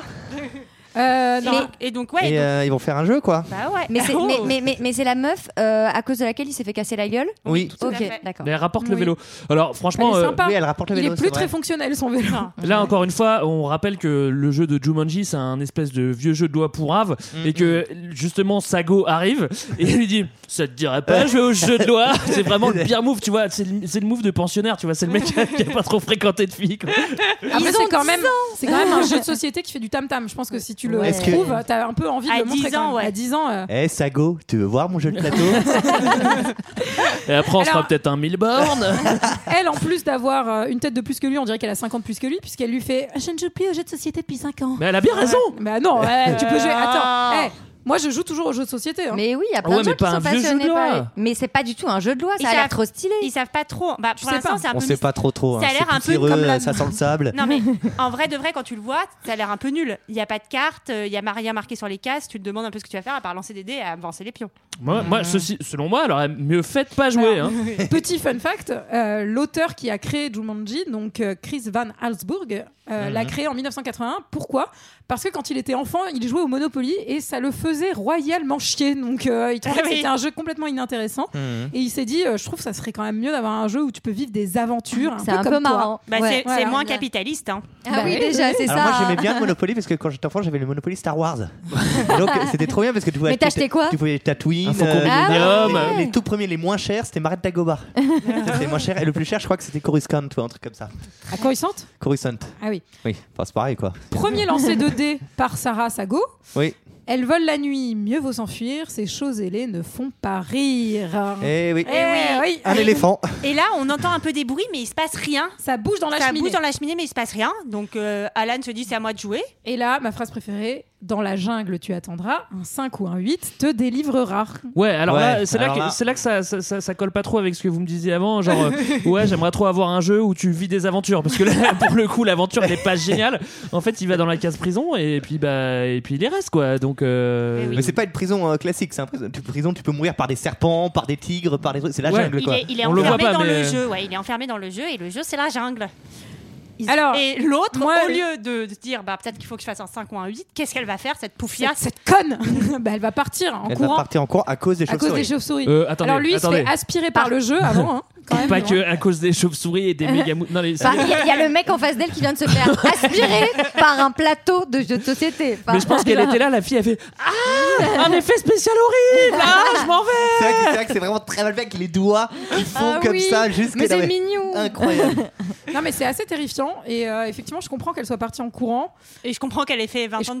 Euh, non.
Et donc, ouais.
et
donc-
euh, ils vont faire un jeu quoi.
Bah ouais.
Mais c'est
Oh.
mais, mais, mais, mais c'est la meuf euh, à cause de laquelle il s'est fait casser la gueule.
Oui.
Tout à
ok,
fait.
d'accord.
Mais elle rapporte le
Oui.
vélo. Alors, franchement,
Elle est
euh,
sympa.
oh, Oui, elle rapporte le
Il
vélo.
est
c'est
plus
vrai.
très fonctionnel son vélo.
Ah.
là encore une fois, on rappelle que le jeu de Jumanji, c'est un espèce de vieux jeu de doigts pourrave
Mm-hmm.
et que justement Sago arrive et lui dit "Ça te dirait pas jouer au jeu de doigts C'est vraiment
[laughs]
le pire move, tu vois. C'est le, c'est le move de pensionnaire, tu
[laughs]
vois. C'est le mec qui a, qui a pas trop fréquenté de filles. quoi.
Après,
Ils
c'est
ont
quand même, c'est quand même un jeu de société qui fait du tam tam. Je pense que si tu tu le
Ouais. Est-ce que-
trouves, t'as un peu envie de
À
le montrer
10
quand
ans,
même.
ouais.
À 10 ans, euh,
Eh, Sago, tu veux voir mon jeu de plateau
Et après, on se fera peut-être un mille bornes.
elle, en plus d'avoir euh, une tête de plus que lui, on dirait qu'elle a 50 plus que lui, puisqu'elle lui fait Je ne joue plus aux jeux de société depuis 5 ans.
Mais elle a bien
Ah
raison.
Bah non, ouais, tu peux jouer.
Ah.
Attends, hey, moi je joue toujours aux jeux de
hein.
société. hein.
Mais oui, il y a
Ah
plein
ouais,
de gens
mais
qui
pas un
sont
vieux jeu de
passionnés par
loi.
les- Mais c'est pas du tout un jeu de loi,
Ils
ça a l'air
savent-
trop stylé.
Ils savent pas trop. Bah, pour
sais
l'instant,
pas.
c'est un peu
On sait pas trop trop. hein.
Ça a
C'est
l'air
tout
un peu
cireux,
comme la-
Ça sent le
[laughs]
sable.
Non mais en vrai de vrai quand tu le vois, ça a l'air un peu nul. Il y a pas de carte, euh, il y a rien marqué sur les cases, tu te demandes un peu ce que tu vas faire à part lancer des dés et avancer les pions.
Moi, moi, ceci- selon moi, elle aurait mieux fait de pas jouer. hein.
[laughs] Petit fun fact, euh, l'auteur qui a créé Jumanji, donc euh, Chris Van Allsburg, euh,
Mhm.
l'a créé en 1981. Pourquoi Parce que quand il était enfant, il jouait au Monopoly et ça le faisait royalement chier. Donc euh,
[laughs]
il trouvait
Ah
que
oui. Mhm.
c'était un jeu complètement inintéressant. Et il s'est dit, euh, je trouve que ça serait quand même mieux d'avoir un jeu où tu peux vivre des aventures.
C'est un
comme
peu
toi.
marrant.
Bah,
Ouais.
c'est
voilà.
c'est moins [laughs] capitaliste. Hein.
Ah
Bah
oui,
oui,
déjà,
oui.
c'est ça.
Alors moi j'aimais bien le Monopoly parce que quand j'étais enfant j'avais le Monopoly Star Wars. Et donc c'était trop bien parce que tu pouvais
Mais t'achetais quoi
Tu pouvais Tatooine, euh,
Un faucon
Ah
les-
Ah
millenium.
les, les tout premiers les moins chers c'était Maret Dagoba. c'était les moins cher et le plus cher je crois que c'était Coruscant toi un truc comme ça.
À Coruscant
Coruscant.
Ah oui.
Oui, enfin, c'est pareil quoi.
Premier lancé de
[laughs]
dés par Sarah Sago.
Oui.
Elle vole la nuit, mieux vaut s'enfuir, ces choses ailées ne font pas rire.
Et oui.
Eh oui, oui.
Ah,
Un éléphant.
Et là, on entend un peu des bruits mais il se passe rien.
Ça bouge dans la
ça
cheminée.
bouge dans la cheminée mais il se passe rien. Donc euh, Alan se dit c'est à moi de jouer.
Et là, ma phrase préférée, dans la jungle tu attendras, un 5 ou un 8 te délivrera.
Ouais, alors
Ouais,
là, c'est là,
alors
que,
là-
c'est là que ça, ça, ça- ça colle pas trop avec ce que vous me disiez avant. Genre,
[laughs]
euh, ouais, j'aimerais trop avoir un jeu où tu vis des aventures. Parce que là, [laughs] pour le coup, l'aventure n'est pas géniale. En fait, il va dans la case prison et puis, bah, et puis il y reste, quoi. Donc, euh,
Eh oui.
Mais c'est pas une prison euh, classique, c'est un prison. tu- prison tu peux mourir par des serpents, par des tigres, par des trucs, c'est la
Ouais.
jungle
Il
quoi.
est, il est
On le voit
enfermé
pas,
dans
mais-
le jeu. Ouais, il est enfermé dans le jeu et le jeu c'est la jungle. Ils-
Alors,
et l'autre,
moi-
au lieu de, de se dire bah, peut-être qu'il faut que je fasse un 5 ou un 8, qu'est-ce qu'elle va faire cette
Cette,
poufiasse
cette conne [laughs] Bah, Elle va partir en
Elle va
courant
partir en courant à cause des
à cause des
chauves-souris.
chauves-souris.
euh, attendez,
Alors lui,
attendez.
il se fait aspirer
Ah.
par le jeu
[laughs]
avant. hein, quand même,
Pas
hein.
que à cause des chauves-souris et des méga mou- Non, les-
Bah, Il y, a- il y a le mec en face d'elle qui vient de se faire
[laughs]
aspirer par un plateau de jeux de société. Enfin,
Mais je pense qu'elle était là, la fille, elle fait Ah Un effet spécial horrible Ah, je m'en vais
C'est vrai que- c'est vrai que c'est vraiment très mal fait avec les doigts qui font
Ah
comme
oui.
ça jusqu'à
Mais
Non,
c'est
mais-
mignon.
Incroyable.
Non mais c'est assez terrifiant et euh, effectivement je comprends qu'elle soit partie en courant.
[laughs] Et je comprends qu'elle ait fait 20 ans de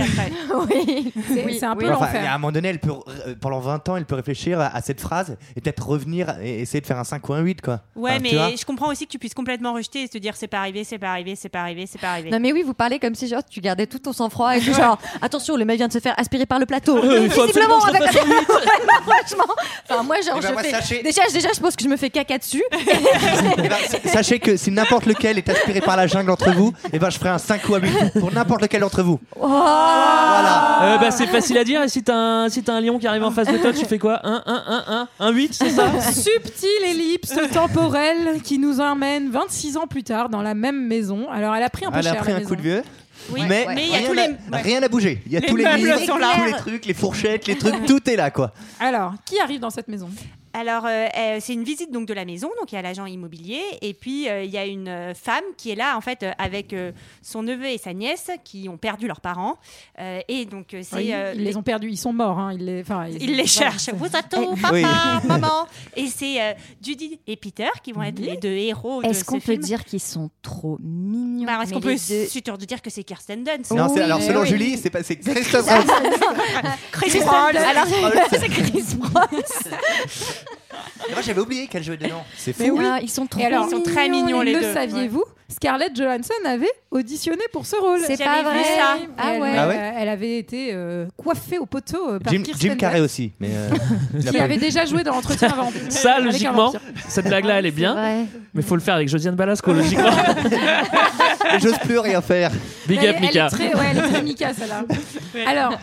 [laughs]
après.
Oui.
C'est c'est un peu
Ouais, enfin, à
l'enfer.
un moment donné, elle peut, euh, pendant 20 ans, elle peut réfléchir à, à cette phrase et peut-être revenir et essayer de faire un 5 ou un 8. Quoi.
Ouais,
Enfin, tu vois.
mais je comprends aussi que tu puisses complètement rejeter et te dire c'est pas arrivé, c'est pas arrivé, c'est pas arrivé, c'est pas arrivé.
Non mais oui, vous parlez comme si genre tu gardais tout ton sang-froid
[laughs]
et tout genre attention, le mec vient de se faire aspirer par le plateau.
Euh, il faut
Visiblement
absolument que je
avec la [laughs] franchement. Enfin moi genre
Eh ben,
je
moi,
fais-
sachez-
déjà déjà je pense que je me fais caca
[laughs]
dessus.
Eh ben, s- sachez que si n'importe lequel est aspiré par la jungle entre vous, et ben, je ferai un 5 ou un 8 pour n'importe lequel d'entre vous.
Oh.
Oh.
Voilà.
Ah,
Euh, bah, c'est facile à dire, et si t'as un, si t'as un lion qui arrive en face de toi, tu fais quoi Un, un, un, un, un 8, c'est ça
[laughs] Subtile ellipse temporelle qui nous emmène 26 ans plus tard dans la même maison. Alors elle a pris un peu
Elle a
cher
pris
la
un
maison.
coup de vieux,
Oui,
mais,
mais il y a
rien,
tous les.
n'a-
ouais.
rien n'a bougé. Il y a
Les
tous les
meubles
livres,
sont là.
tous les trucs, les fourchettes, les trucs, tout est là quoi.
Alors qui arrive dans cette maison
Alors, euh, euh, c'est une visite donc de la maison, donc il y a l'agent immobilier, et puis euh, il y a une euh, femme qui est là, en fait, euh, avec euh, son neveu et sa nièce qui ont perdu leurs parents. Euh, et donc, euh, c'est.
ils,
euh,
ils les ont perdus, ils sont morts. hein, Ils les, enfin, ils-
ils les
voilà,
cherchent.
c'est-
Vous êtes où, Oh, papa,
Oui.
maman Et c'est euh, Judy et Peter qui vont être les deux héros de
Est-ce qu'on
ce
peut
film.
dire qu'ils sont trop mignons
Bah, Est-ce
mais
qu'on peut
les deux-
se de dire que c'est Kirsten Dunst
Non, c'est-
Oui,
alors selon
oui.
Julie, c'est pas- c'est Christophe Waltz.
Kristen Dunst. [laughs]
Alors [laughs] c'est Chris Bross.
Moi j'avais oublié qu'elle jouait dedans. C'est fou.
Mais oui.
Ah, ils sont trop
Et alors,
mignons.
ils
sont très mignons, les
le
deux.
saviez-vous Scarlett Johansson avait auditionné pour ce rôle.
C'est
J'avais
pas
vu
vrai.
ça.
Ah
elle,
ouais.
Ah ouais
euh, elle avait été euh, coiffée au poteau euh, par
Jim,
Kirsten
Jim Carrey
Dunst,
aussi. Mais euh, [laughs] il a
qui
pas-
avait déjà joué dans l'entretien
[laughs]
avant.
Ça,
avec un
logiquement,
vampire.
cette blague-là, elle est
[laughs]
bien,
Ouais.
mais faut le faire avec Josiane Balasco, logiquement.
Et J'ose plus rien faire.
Big
Elle,
up,
elle
Mika.
est très, ouais, elle est
[laughs]
très Mika, celle-là. Alors,
[laughs]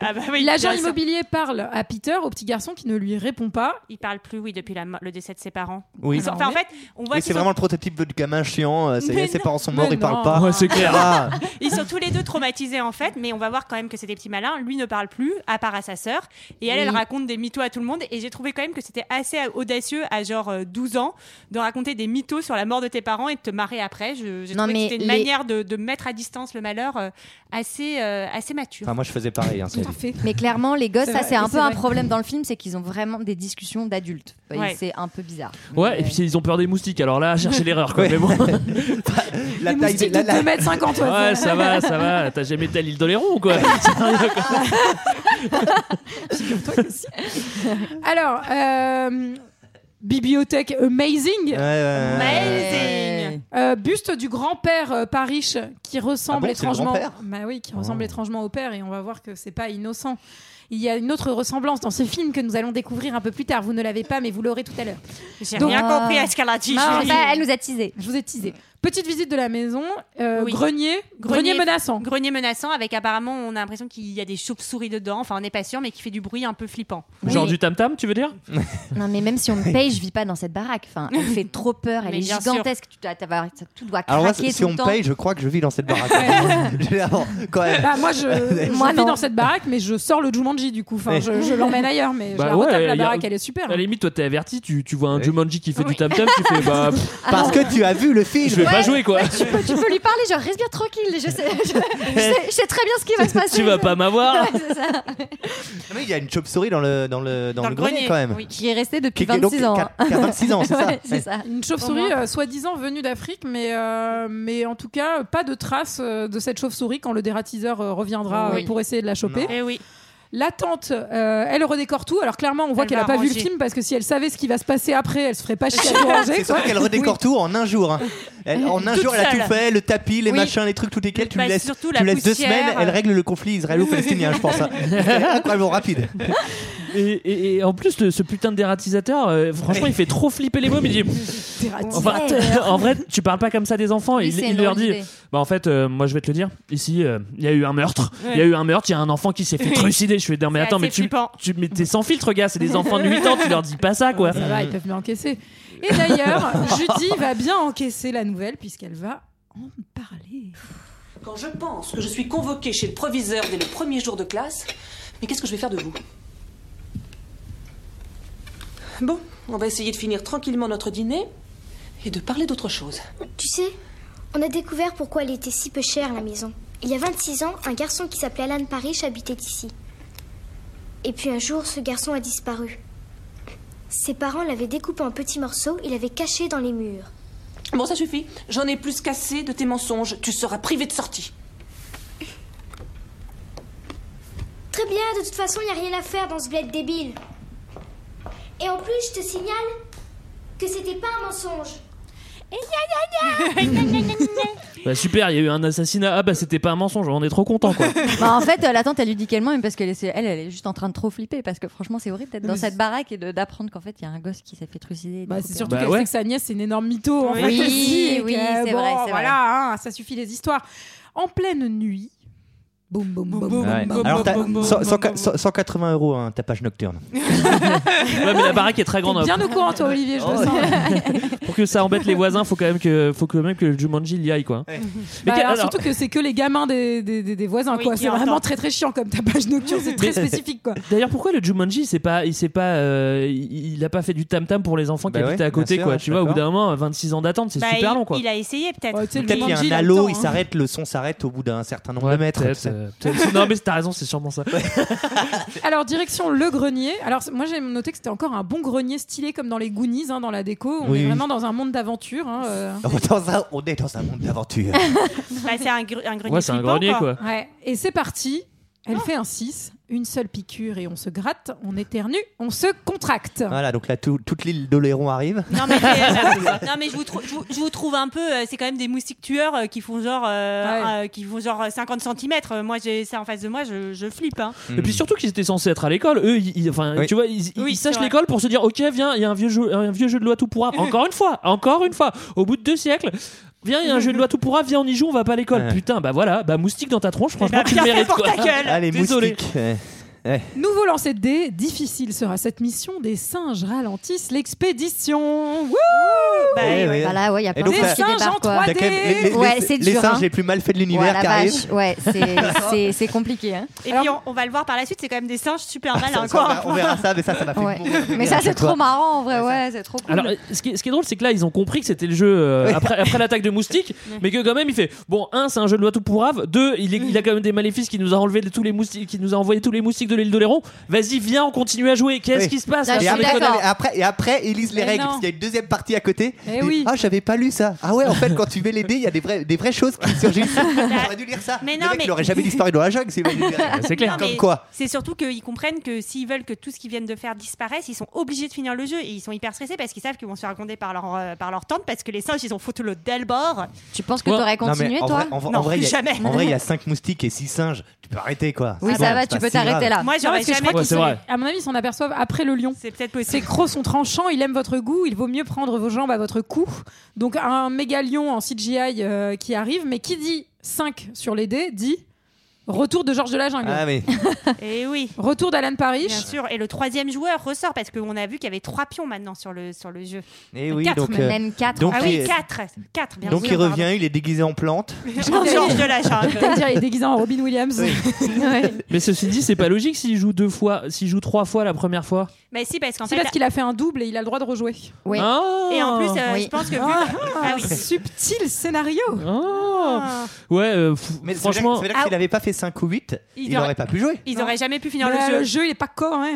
Ah bah oui,
l'agent
bien sûr.
immobilier parle à Peter, au petit garçon qui ne lui répond pas.
Il parle plus, oui, depuis la mo- le décès de ses parents.
Oui.
Ils sont- enfin, en fait, on voit
Oui,
qu'ils
c'est
sont,
vraiment le prototype du gamin chiant. euh, Ça y
Mais
est, ses
non.
parents sont morts,
Mais
il parle
non.
[laughs]
pas.
Ouais, c'est clair.
Ah,
ils sont tous les deux traumatisés en fait, mais on va voir quand même que c'est des petits malins. Lui ne parle plus, à part à sa sœur, et elle, elle
Oui.
raconte des mythos à tout le monde. Et j'ai trouvé quand même que c'était assez audacieux à genre euh, 12 ans de raconter des mythos sur la mort de tes parents et de te marrer après. Je, j'ai
Non,
trouvé que
mais
c'était une
les-
manière de, de mettre à distance le malheur euh, assez, euh, assez mature.
Enfin, moi, je faisais pareil. hein, c'est-
Tout à fait.
Mais clairement, les gosses,
C'est
ça
vrai,
c'est un
c'est
peu un
vrai.
problème dans le film, c'est qu'ils ont vraiment des discussions d'adultes. Et
Ouais.
C'est un peu bizarre.
Ouais, et puis ils ont peur des moustiques, alors là, cherchez l'erreur, quoi.
Ouais. [laughs]
Mais bon.
la
Les
taille
moustiques
la-
de
la-
2m50, ouais, ça-
Ouais, ça va, ça va. T'as jamais été à l'île d'Oléron ou quoi
Alors, euh, bibliothèque amazing.
Euh,
ouais.
Amazing. Euh, buste du grand-père euh, Parish qui ressemble
Ah bon, c'est le
étrangement.
grand-père
Bah oui, qui ressemble étrangement au père et on va voir que c'est pas innocent. Il y a une autre ressemblance dans ce film que nous allons découvrir un peu plus tard. Vous ne l'avez pas, mais vous l'aurez tout à l'heure.
J'ai
Donc-
rien compris à ce qu'elle a dit.
Non,
Julie.
ça, elle nous a teasé. Je vous ai teasé. Petite visite de la maison. euh,
Oui.
Grenier. Grenier
[laughs]
menaçant.
Grenier menaçant, avec apparemment, on a l'impression qu'il y a des chauves-souris dedans. Enfin, on n'est pas sûr, mais qui fait du bruit un peu flippant.
Genre du tam-tam, tu veux dire
Non, mais même si on me paye, je vis pas dans cette baraque. Enfin, elle fait trop peur, elle
Mais
est
bien
gigantesque. Tu dois- t'as- t'as- tout doit craquer
Alors là, si
tout
on
le
me
temps.
paye, je crois que je vis dans cette baraque. [laughs] Généralement, quand même.
Bah, moi, je, je
Moi,
vis
non.
dans cette baraque, mais je sors le Jumanji du coup. Enfin,
Ouais.
je, je
[laughs]
l'emmène ailleurs, mais je
Bah
la
ouais,
retape
y
la
a-
baraque, elle est super.
À la limite, toi, t'es averti, tu, tu vois un Jumanji qui fait du tam-tam, tu fais
[laughs]
bah. pff,
Ah,
Parce que tu as vu le film.
Je vais pas jouer quoi.
Tu peux, tu peux lui parler, genre respire tranquille. Je sais, je, je sais, je sais très bien ce qui va se passer.
Tu vas pas m'avoir.
Ouais, c'est ça.
Ah, mais il y a une chauve-souris dans le, dans le, dans
Dans
le
le
grenier,
grenier,
quand même.
oui.
Qui est resté depuis
Qui- qui- donc,
26 ans.
qui
hein.
a- qui a 26 ans, c'est
[laughs] Ouais,
ça Ouais.
c'est ça.
Une
Au
chauve-souris
moins.
euh, soi-disant venue d'Afrique, mais, euh, mais en tout cas, pas de traces euh, de cette chauve-souris quand le dératiseur euh, reviendra euh,
Oui.
pour essayer de la choper.
Eh oui.
La tante, euh, elle redécore tout. Alors clairement, on voit
Elle
qu'elle
va
a pas vu le
ranger.
film parce que si elle savait ce qui va se passer après, elle se ferait
[laughs]
pas chier à tout ranger.
C'est sûr
quoi.
qu'elle redécore tout en un jour. hein. Elle- en un
Toute
jour, elle a
seule.
tout fait le tapis, les
Oui.
machins, les trucs, tout lesquels.
Le
Tu lui
passe
laisses,
surtout,
tu
la
laisse deux
poussière.
semaines, elle règle le conflit israélo-palestinien, je pense. hein. C'est incroyablement rapide.
Et, et- et en plus, le- ce putain de dératisateur, euh, franchement, il fait trop flipper les mots, mais il dit.
Dératiseur.
Enfin, en vrai, tu parles pas comme ça des enfants.
Oui,
il
c'est
il
une
leur
drôle
dit
d'idée.
Bah, en fait, euh, moi, je vais te le dire. Ici, euh, il y a eu un meurtre. Il y a eu un meurtre. Il y a un enfant qui s'est fait trucider. Je fais Non, mais
C'est
attends,
assez
mais tu,
flippant.
tu mais t'es sans filtre, gars. C'est des enfants de 8 ans. Tu leur dis pas ça, quoi.
Ça va, ils peuvent l'encaisser. Et d'ailleurs, Judy va bien encaisser la nouvelle puisqu'elle va en parler.
Quand je pense que je suis convoquée chez le proviseur dès le premier jour de classe, mais qu'est-ce que je vais faire de vous Bon, on va essayer de finir tranquillement notre dîner et de parler d'autre chose.
Tu sais, on a découvert pourquoi elle était si peu chère, la maison. Il y a 26 ans, un garçon qui s'appelait Alan Parrish habitait ici. Et puis un jour, ce garçon a disparu. Ses parents l'avaient découpé en petits morceaux et l'avaient caché dans les murs.
Bon, ça suffit. J'en ai plus qu'assez de tes mensonges. Tu seras privée de sortie.
Très bien, de toute façon, il n'y a rien à faire dans ce bled débile. Et en plus, je te signale que c'était pas un mensonge.
Bah, super, il y a eu un assassinat. Ah, bah, c'était pas un mensonge. On est trop content, quoi.
Bah, en fait, euh, la tante, elle lui dit qu'elle ment, mais parce qu'elle est, elle, elle est juste en train de trop flipper. Parce que franchement, c'est horrible d'être dans cette baraque et de- d'apprendre qu'en fait, il y a un gosse qui s'est fait trucider.
Bah, c'est surtout
Bah
qu'elle
ouais.
sait que sa nièce, c'est une énorme mytho. en
Oui,
fait, aussi, et
oui,
que,
c'est
bon,
vrai, c'est
Voilà, hein, ça suffit les histoires. En pleine nuit, boum, boum, boum, boum,
Ouais.
boum,
Alors,
boum,
t'as
boum, boum,
100
boum,
100
boum.
180 euros un tapage nocturne.
Ouais, mais la baraque est
[laughs]
très grande.
T'es
hein.
bien au courant, toi, Olivier, je le
Oh.
sens. Bah,
Pour que ça embête les voisins, faut quand même que, faut quand même que le Jumanji y aille, quoi.
Bah,
quel-
alors,
alors-
surtout que c'est que les gamins des, des, des- des voisins,
Oui,
quoi.
qui
C'est vraiment
entendent.
très très chiant comme tapage nocturne, c'est très
Mais-
spécifique, quoi.
D'ailleurs, pourquoi le Jumanji, c'est pas, il s'est pas, euh, il il a pas fait du tam tam pour les enfants
Bah
qui
ouais,
habitaient à
bien
côté,
sûr,
quoi.
ouais,
Tu
je suis
vois, au bout d'un
d'accord.
moment, 26 ans d'attente, c'est
Bah,
super
il,
long, quoi.
il a essayé peut-être.
Ouais, tu sais, le
Peut-être qu'il y a
Jumanji,
un
a le
halo,
temps,
il
hein.
s'arrête, le son s'arrête au bout d'un certain nombre
Ouais,
de mètres.
peut-être,
tu sais.
euh, peut-être- non, mais t'as raison, c'est sûrement ça.
Alors, direction le grenier. Alors, c- moi, j'ai noté que c'était encore un bon grenier stylé comme dans les Goonies, hein, dans la déco. On
Oui,
est
oui.
vraiment dans un monde d'aventure. hein, euh.
Dans un- on est dans un monde d'aventure.
Bah, c'est un, gre- un grenier.
Ouais, c'est un
flippant,
grenier, quoi.
Ouais. Et c'est parti. Elle fait un 6, une seule piqûre et on se gratte, on éternue, on se contracte.
voilà, donc là, tout- toute l'île d'Oléron arrive.
Non
[laughs]
mais, c'est- euh, non, mais je, vous trou- je vous- je vous trouve un peu, euh, c'est quand même des moustiques tueurs euh, qui font genre, euh,
Ouais.
euh, qui font genre euh, 50 cm. Moi j'ai ça en face de moi, je, je flippe. hein.
Et puis surtout qu'ils étaient censés être à l'école. Eux, ils, ils- enfin,
Oui.
tu vois, ils, ils
Oui, c'est
sachent
vrai.
l'école pour se dire, ok, viens, il y a un vieux jeu, un vieux jeu de loi tout
[laughs]
pourra. Encore une fois, encore une fois. Au bout de deux siècles. Viens, il y a un jeu de loi tout pourra, viens, on y joue, on va pas à l'école.
Ouais.
Putain, bah voilà, bah moustique dans ta tronche, franchement,
Bah,
tu le
bien fait
mérites
pour
quoi.
ta gueule.
Allez,
Désolé.
moustique. Ouais.
Nouveau lancer de dés, difficile sera cette mission. Des singes ralentissent l'expédition. Wouh
Bah,
Ouais, ouais.
Voilà, ouais, il y a
Eh Et
plein de
donc,
Des
t'as-
choses qui
singes en
débarquent. quoi.
3D.
T'as quand même les, les-
Ouais,
les-
c'est
les
dur,
singes
hein.
les plus mal faits de l'univers
Oh,
Ouais, la
qui
vache.
arrivent.
Ouais,
[laughs]
c'est- c'est c'est compliqué. hein.
Et puis on, on va le voir par la suite, c'est quand même des singes super
Ça-
malins
Ah, ça, on
quoi.
verra- on verra ça, mais ça,
[laughs]
ça m'a fait
Ouais.
mourir de
Mais
rire
ça,
à
c'est
chaque fois.
trop marrant en vrai. Ouais, c'est
Ah,
trop cool.
Alors, euh, ce qui, ce qui est drôle, c'est que là, ils ont compris que c'était le jeu euh, après, après l'attaque de Moustique, mais que quand même, il fait bon, un, c'est un jeu de loi tout pourrave, deux, il, est- il a quand même des maléfices qui nous a enlevé de tous les moustiques, qui nous a envoyé tous les moustiques de l'île d'Oléron. Vas-y, viens, on continue à jouer. Qu'est-ce
Oui.
qui se
Ah,
passe
Et
Arrête de
après,
déconner.
et après, et après, ils lisent les
Mais
règles,
non.
parce qu'il y a une deuxième partie à côté.
Eh
Et,
oui.
Ah, j'avais pas lu ça. Ah ouais, en fait, quand tu mets les dés, il y a des vraies, des vraies choses qui
[laughs]
surgissent. J'aurais dû lire ça.
Mais
Le
non,
mec,
mais-
il aurait jamais disparu dans la jungle, c'est
[laughs]
C'est clair.
Non, mais
Comme quoi
C'est surtout qu'ils comprennent que s'ils veulent que tout ce qu'ils viennent de faire disparaisse, ils sont obligés de finir le jeu et ils sont hyper stressés parce qu'ils savent qu'ils vont se faire gronder par leur, euh, par leur tante parce que les singes ils ont foutu le d'Elbor.
Tu penses
Non, mais en vrai- en vrai-
Non,
en vrai,
plus
il y a-
jamais.
En vrai,
[laughs]
il y a 5 moustiques et 6 singes. Tu peux arrêter quoi.
Oui,
C'est
ça
bon,
va,
c'est
tu
pas
peux
si grave.
Non, parce que je crois
Ouais,
qu'ils
c'est
s'en-
vrai.
À mon avis, ils s'en aperçoivent après le lion.
C'est peut-être possible.
Ces crocs sont tranchants, il aime votre goût, il vaut mieux prendre vos jambes à votre cou. Donc un méga lion en CGI euh, qui arrive, mais qui dit 5 sur les dés, dit retour de Georges de la Jungle.
Ah, mais.
Et
[laughs]
Eh oui.
Retour d'Alan Parrish.
Bien sûr. Et le troisième joueur ressort parce qu'on a vu qu'il y avait trois pions maintenant sur le, sur le jeu.
Eh oui,
Quatre,
donc,
même.
euh, Même quatre, donc
ah oui,
il-
quatre. Quatre, bien
Donc
sûr,
il
pardon.
revient, il est déguisé en plante.
En Georges hein. de la
T'allais dire,
jungle.
il est déguisé en Robin Williams. [laughs] Ouais.
Mais ceci dit, c'est pas logique s'il joue deux fois, s'il joue trois fois la première fois.
Mais si, parce qu'en
C'est
fait.
parce qu'il a fait un double et il a le droit de rejouer.
Oui. Ah.
Et en plus, euh,
Oui.
je pense que. vu-
Ah,
Ah oui.
subtil scénario.
Ah. Ouais, euh, pff,
Mais ça veut dire-
franchement.
ça veut dire que s'il avait pas fait 5 ou 8,
Ah. Il
il
aurait-
n'aurait pas pu jouer.
Ils n'auraient jamais pu finir
Mais,
le
euh,
jeu.
le jeu, il est pas corps. Hein.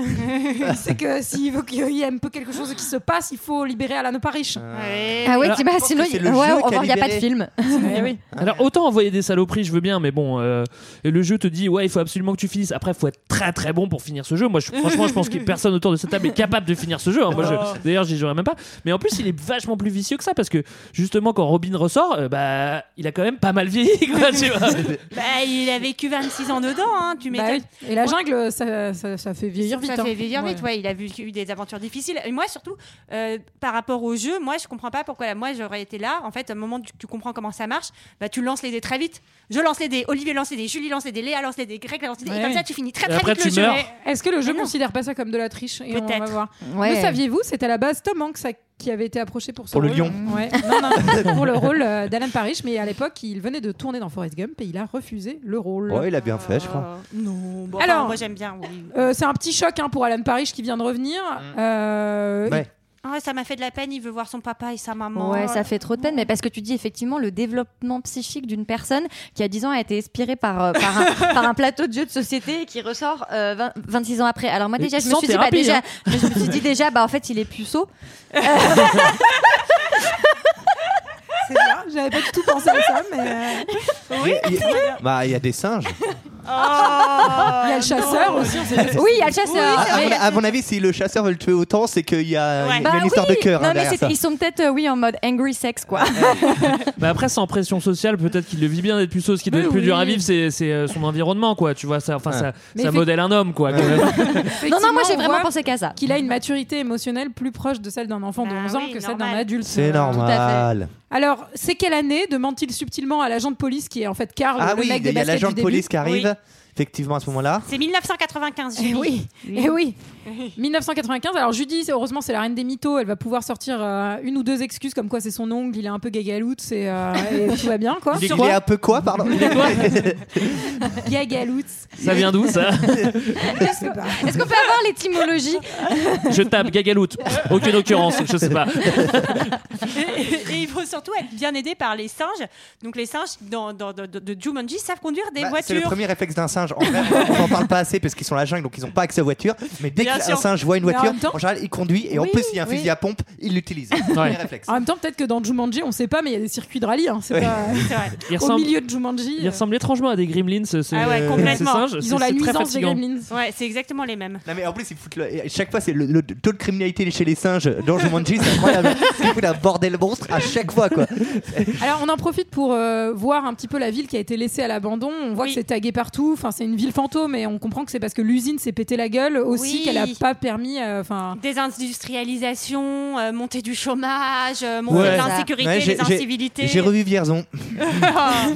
c'est que s'il veut qu'il y ait un peu quelque chose qui se passe, il faut libérer Alan Parrish.
Ah ouais, tu- bah, sinon, il ouais, on va- il y a pas de film.
Eh oui.
Alors autant envoyer des saloperies, je veux bien, mais bon, euh, le jeu te dit ouais, il faut absolument que tu finisses. Après, faut être très très bon pour finir ce jeu. Moi, je- franchement, je pense que personne autour de cette table est capable de finir ce jeu. hein. Moi, je- d'ailleurs, j'y jouerai même pas. Mais en plus, il est vachement plus vicieux que ça parce que justement, quand Robin ressort, euh, bah, il a quand même pas mal vieilli. Quoi, tu vois.
Bah, il a vécu 26 ans dedans, hein, tu
Bah
m'étonnes.
oui. Et la jungle, ça, ça- ça fait vieillir vite.
Ça
hein.
fait vieillir vite,
Ouais.
ouais. Il a vu- eu des aventures difficiles. Et moi, surtout, euh, par rapport au jeu, moi, je comprends pas pourquoi là, moi, j'aurais été là. En fait, au moment où tu- tu comprends comment ça marche, bah, tu lances les dés très vite. Je lance les dés, Olivier lance les dés, Julie lance les dés, Léa lance les dés, Greg lance les dés.
Ouais,
et comme
oui.
ça, tu finis très,
Et
très
après,
vite
tu
le jeu.
meurs.
Est-ce que le jeu considère pas ça comme de la triche Et on va
Peut-être.
voir.
Ouais.
Le saviez-vous C'était à la base Tom Hanks à- qui avait été approché pour ce
Pour le
rôle.
lion.
Ouais. Non, non, pour
[laughs]
le rôle euh, d'Alan Parrish, mais à l'époque, il venait de tourner dans Forrest Gump et il a refusé le rôle.
Ouais, il a bien fait, je
Euh,
crois.
Non, bon,
Alors-
enfin, moi, j'aime bien, oui.
Euh, c'est un petit choc hein, pour Alan Parrish qui vient de revenir. Euh,
Mm. Ouais.
Ah, ça m'a fait de la peine, il veut voir son papa et sa maman.
Ouais, ça fait trop de peine, mais parce que tu dis effectivement le développement psychique d'une personne qui à 10 ans a été inspirée par, euh, par, un, par un plateau de jeu de société et qui ressort euh, 20 26 ans après. Alors moi
Et
déjà, je me
sans
suis dit, bah,
thérapie,
déjà,
hein.
je me suis dit déjà, bah en fait il est puceau.
C'est bien, j'avais pas du tout pensé à ça, mais. euh,
Oui. Il y a, bah, il y a des singes.
Oh,
il y a le chasseur aussi, on sait-
Oui, il y a le chasseur.
Ah, à,
Mais-
mon, à mon avis, si le chasseur veut le tuer autant, c'est qu'il y a, il y a
Bah
une histoire
oui.
de cœur.
Non,
hein,
mais
derrière
c'est-
ça. Ah,
ils sont peut-être, euh, oui, en mode angry sex, quoi.
Mais après, sans pression sociale, peut-être qu'il le vit bien d'être puceau. Ce qui doit
Mais
être plus dur à
oui.
vivre, c'est c'est, euh, son environnement, quoi. Tu vois, ça, enfin, ça,
Mais
ça
fait-
modèle un homme, quoi. quand même.
non, non, moi j'ai
on
vraiment
voit
pensé qu'à ça.
Qu'il a une maturité émotionnelle plus proche de celle d'un enfant de
Bah
11 ans
oui,
que celle d'un
normal.
adulte.
C'est
Euh,
normal.
Alors, c'est quelle année demande-t-il subtilement à l'agent de police qui est en fait Carl,
Ah
le mec
oui, il y a-
des
il y a
baskets
l'agent
du
de
début.
police qui arrive, effectivement, à ce moment-là.
C'est 1995,
Eh
Julie.
oui, eh oui. 1995. Alors Judy, c'est- heureusement, c'est la reine des mythos. Elle va pouvoir sortir euh, une ou deux excuses comme quoi c'est son ongle, il est un peu gagaloute, c'est euh, et tout va bien quoi.
Il est- il est un peu quoi, pardon
Gagaloute.
ça vient d'où,
[laughs]
ça
Je sais pas.
Est-ce qu'on peut avoir l'étymologie
Je tape Gagaloute. Aucune occurrence, je sais pas.
[laughs] et il faut surtout être bien aidé par les singes. Donc les singes dans, dans- dans- de, de Jumanji savent conduire des
[laughs] Bah, C'est
voitures.
le premier réflexe d'un singe. En [laughs] vrai, on n'en parle pas assez parce qu'ils sont à la jungle, donc ils n'ont pas accès aux voitures. Mais dès
Bien
qu'un
sûr.
singe voit une
Mais en
voiture,
même
en,
temps-
général, il conduit. Et en
Oui,
plus, s'il y a un
oui.
fusil à pompe, il l'utilise. Premier [laughs] réflexe.
En même temps, peut-être que dans Jumanji, on sait pas, mais il y a des circuits de rallye. hein, c'est
Oui.
pas-
C'est vrai.
euh,
Il
Au
ressemble,
milieu de Jumanji,
il
euh,
ressemble étrangement à des gremlins, ces,
Ah ouais,
ces
complètement.
singes.
ils
C'est-
ont la
c'est très
nuisance des
fatigant.
Gremlins.
Ouais, c'est exactement les mêmes.
Non mais en plus ils foutent le- et chaque fois c'est le, le taux de criminalité chez les singes dans Jumanji c'est [laughs] incroyable ils foutent un bordel monstre à chaque fois quoi
Alors, on en profite pour euh, voir un petit peu la ville qui a été laissée à l'abandon. On voit
Oui.
que c'est tagué partout. Enfin, c'est une ville fantôme et on comprend que c'est parce que l'usine s'est pété la gueule aussi
Oui.
qu'elle a pas permis. euh, Enfin,
Désindustrialisation, euh, montée du chômage, euh, montée
Ouais.
de l'insécurité,
Ouais, j'ai-
des
j'ai-
incivilités.
j'ai
[laughs]
revu Vierzon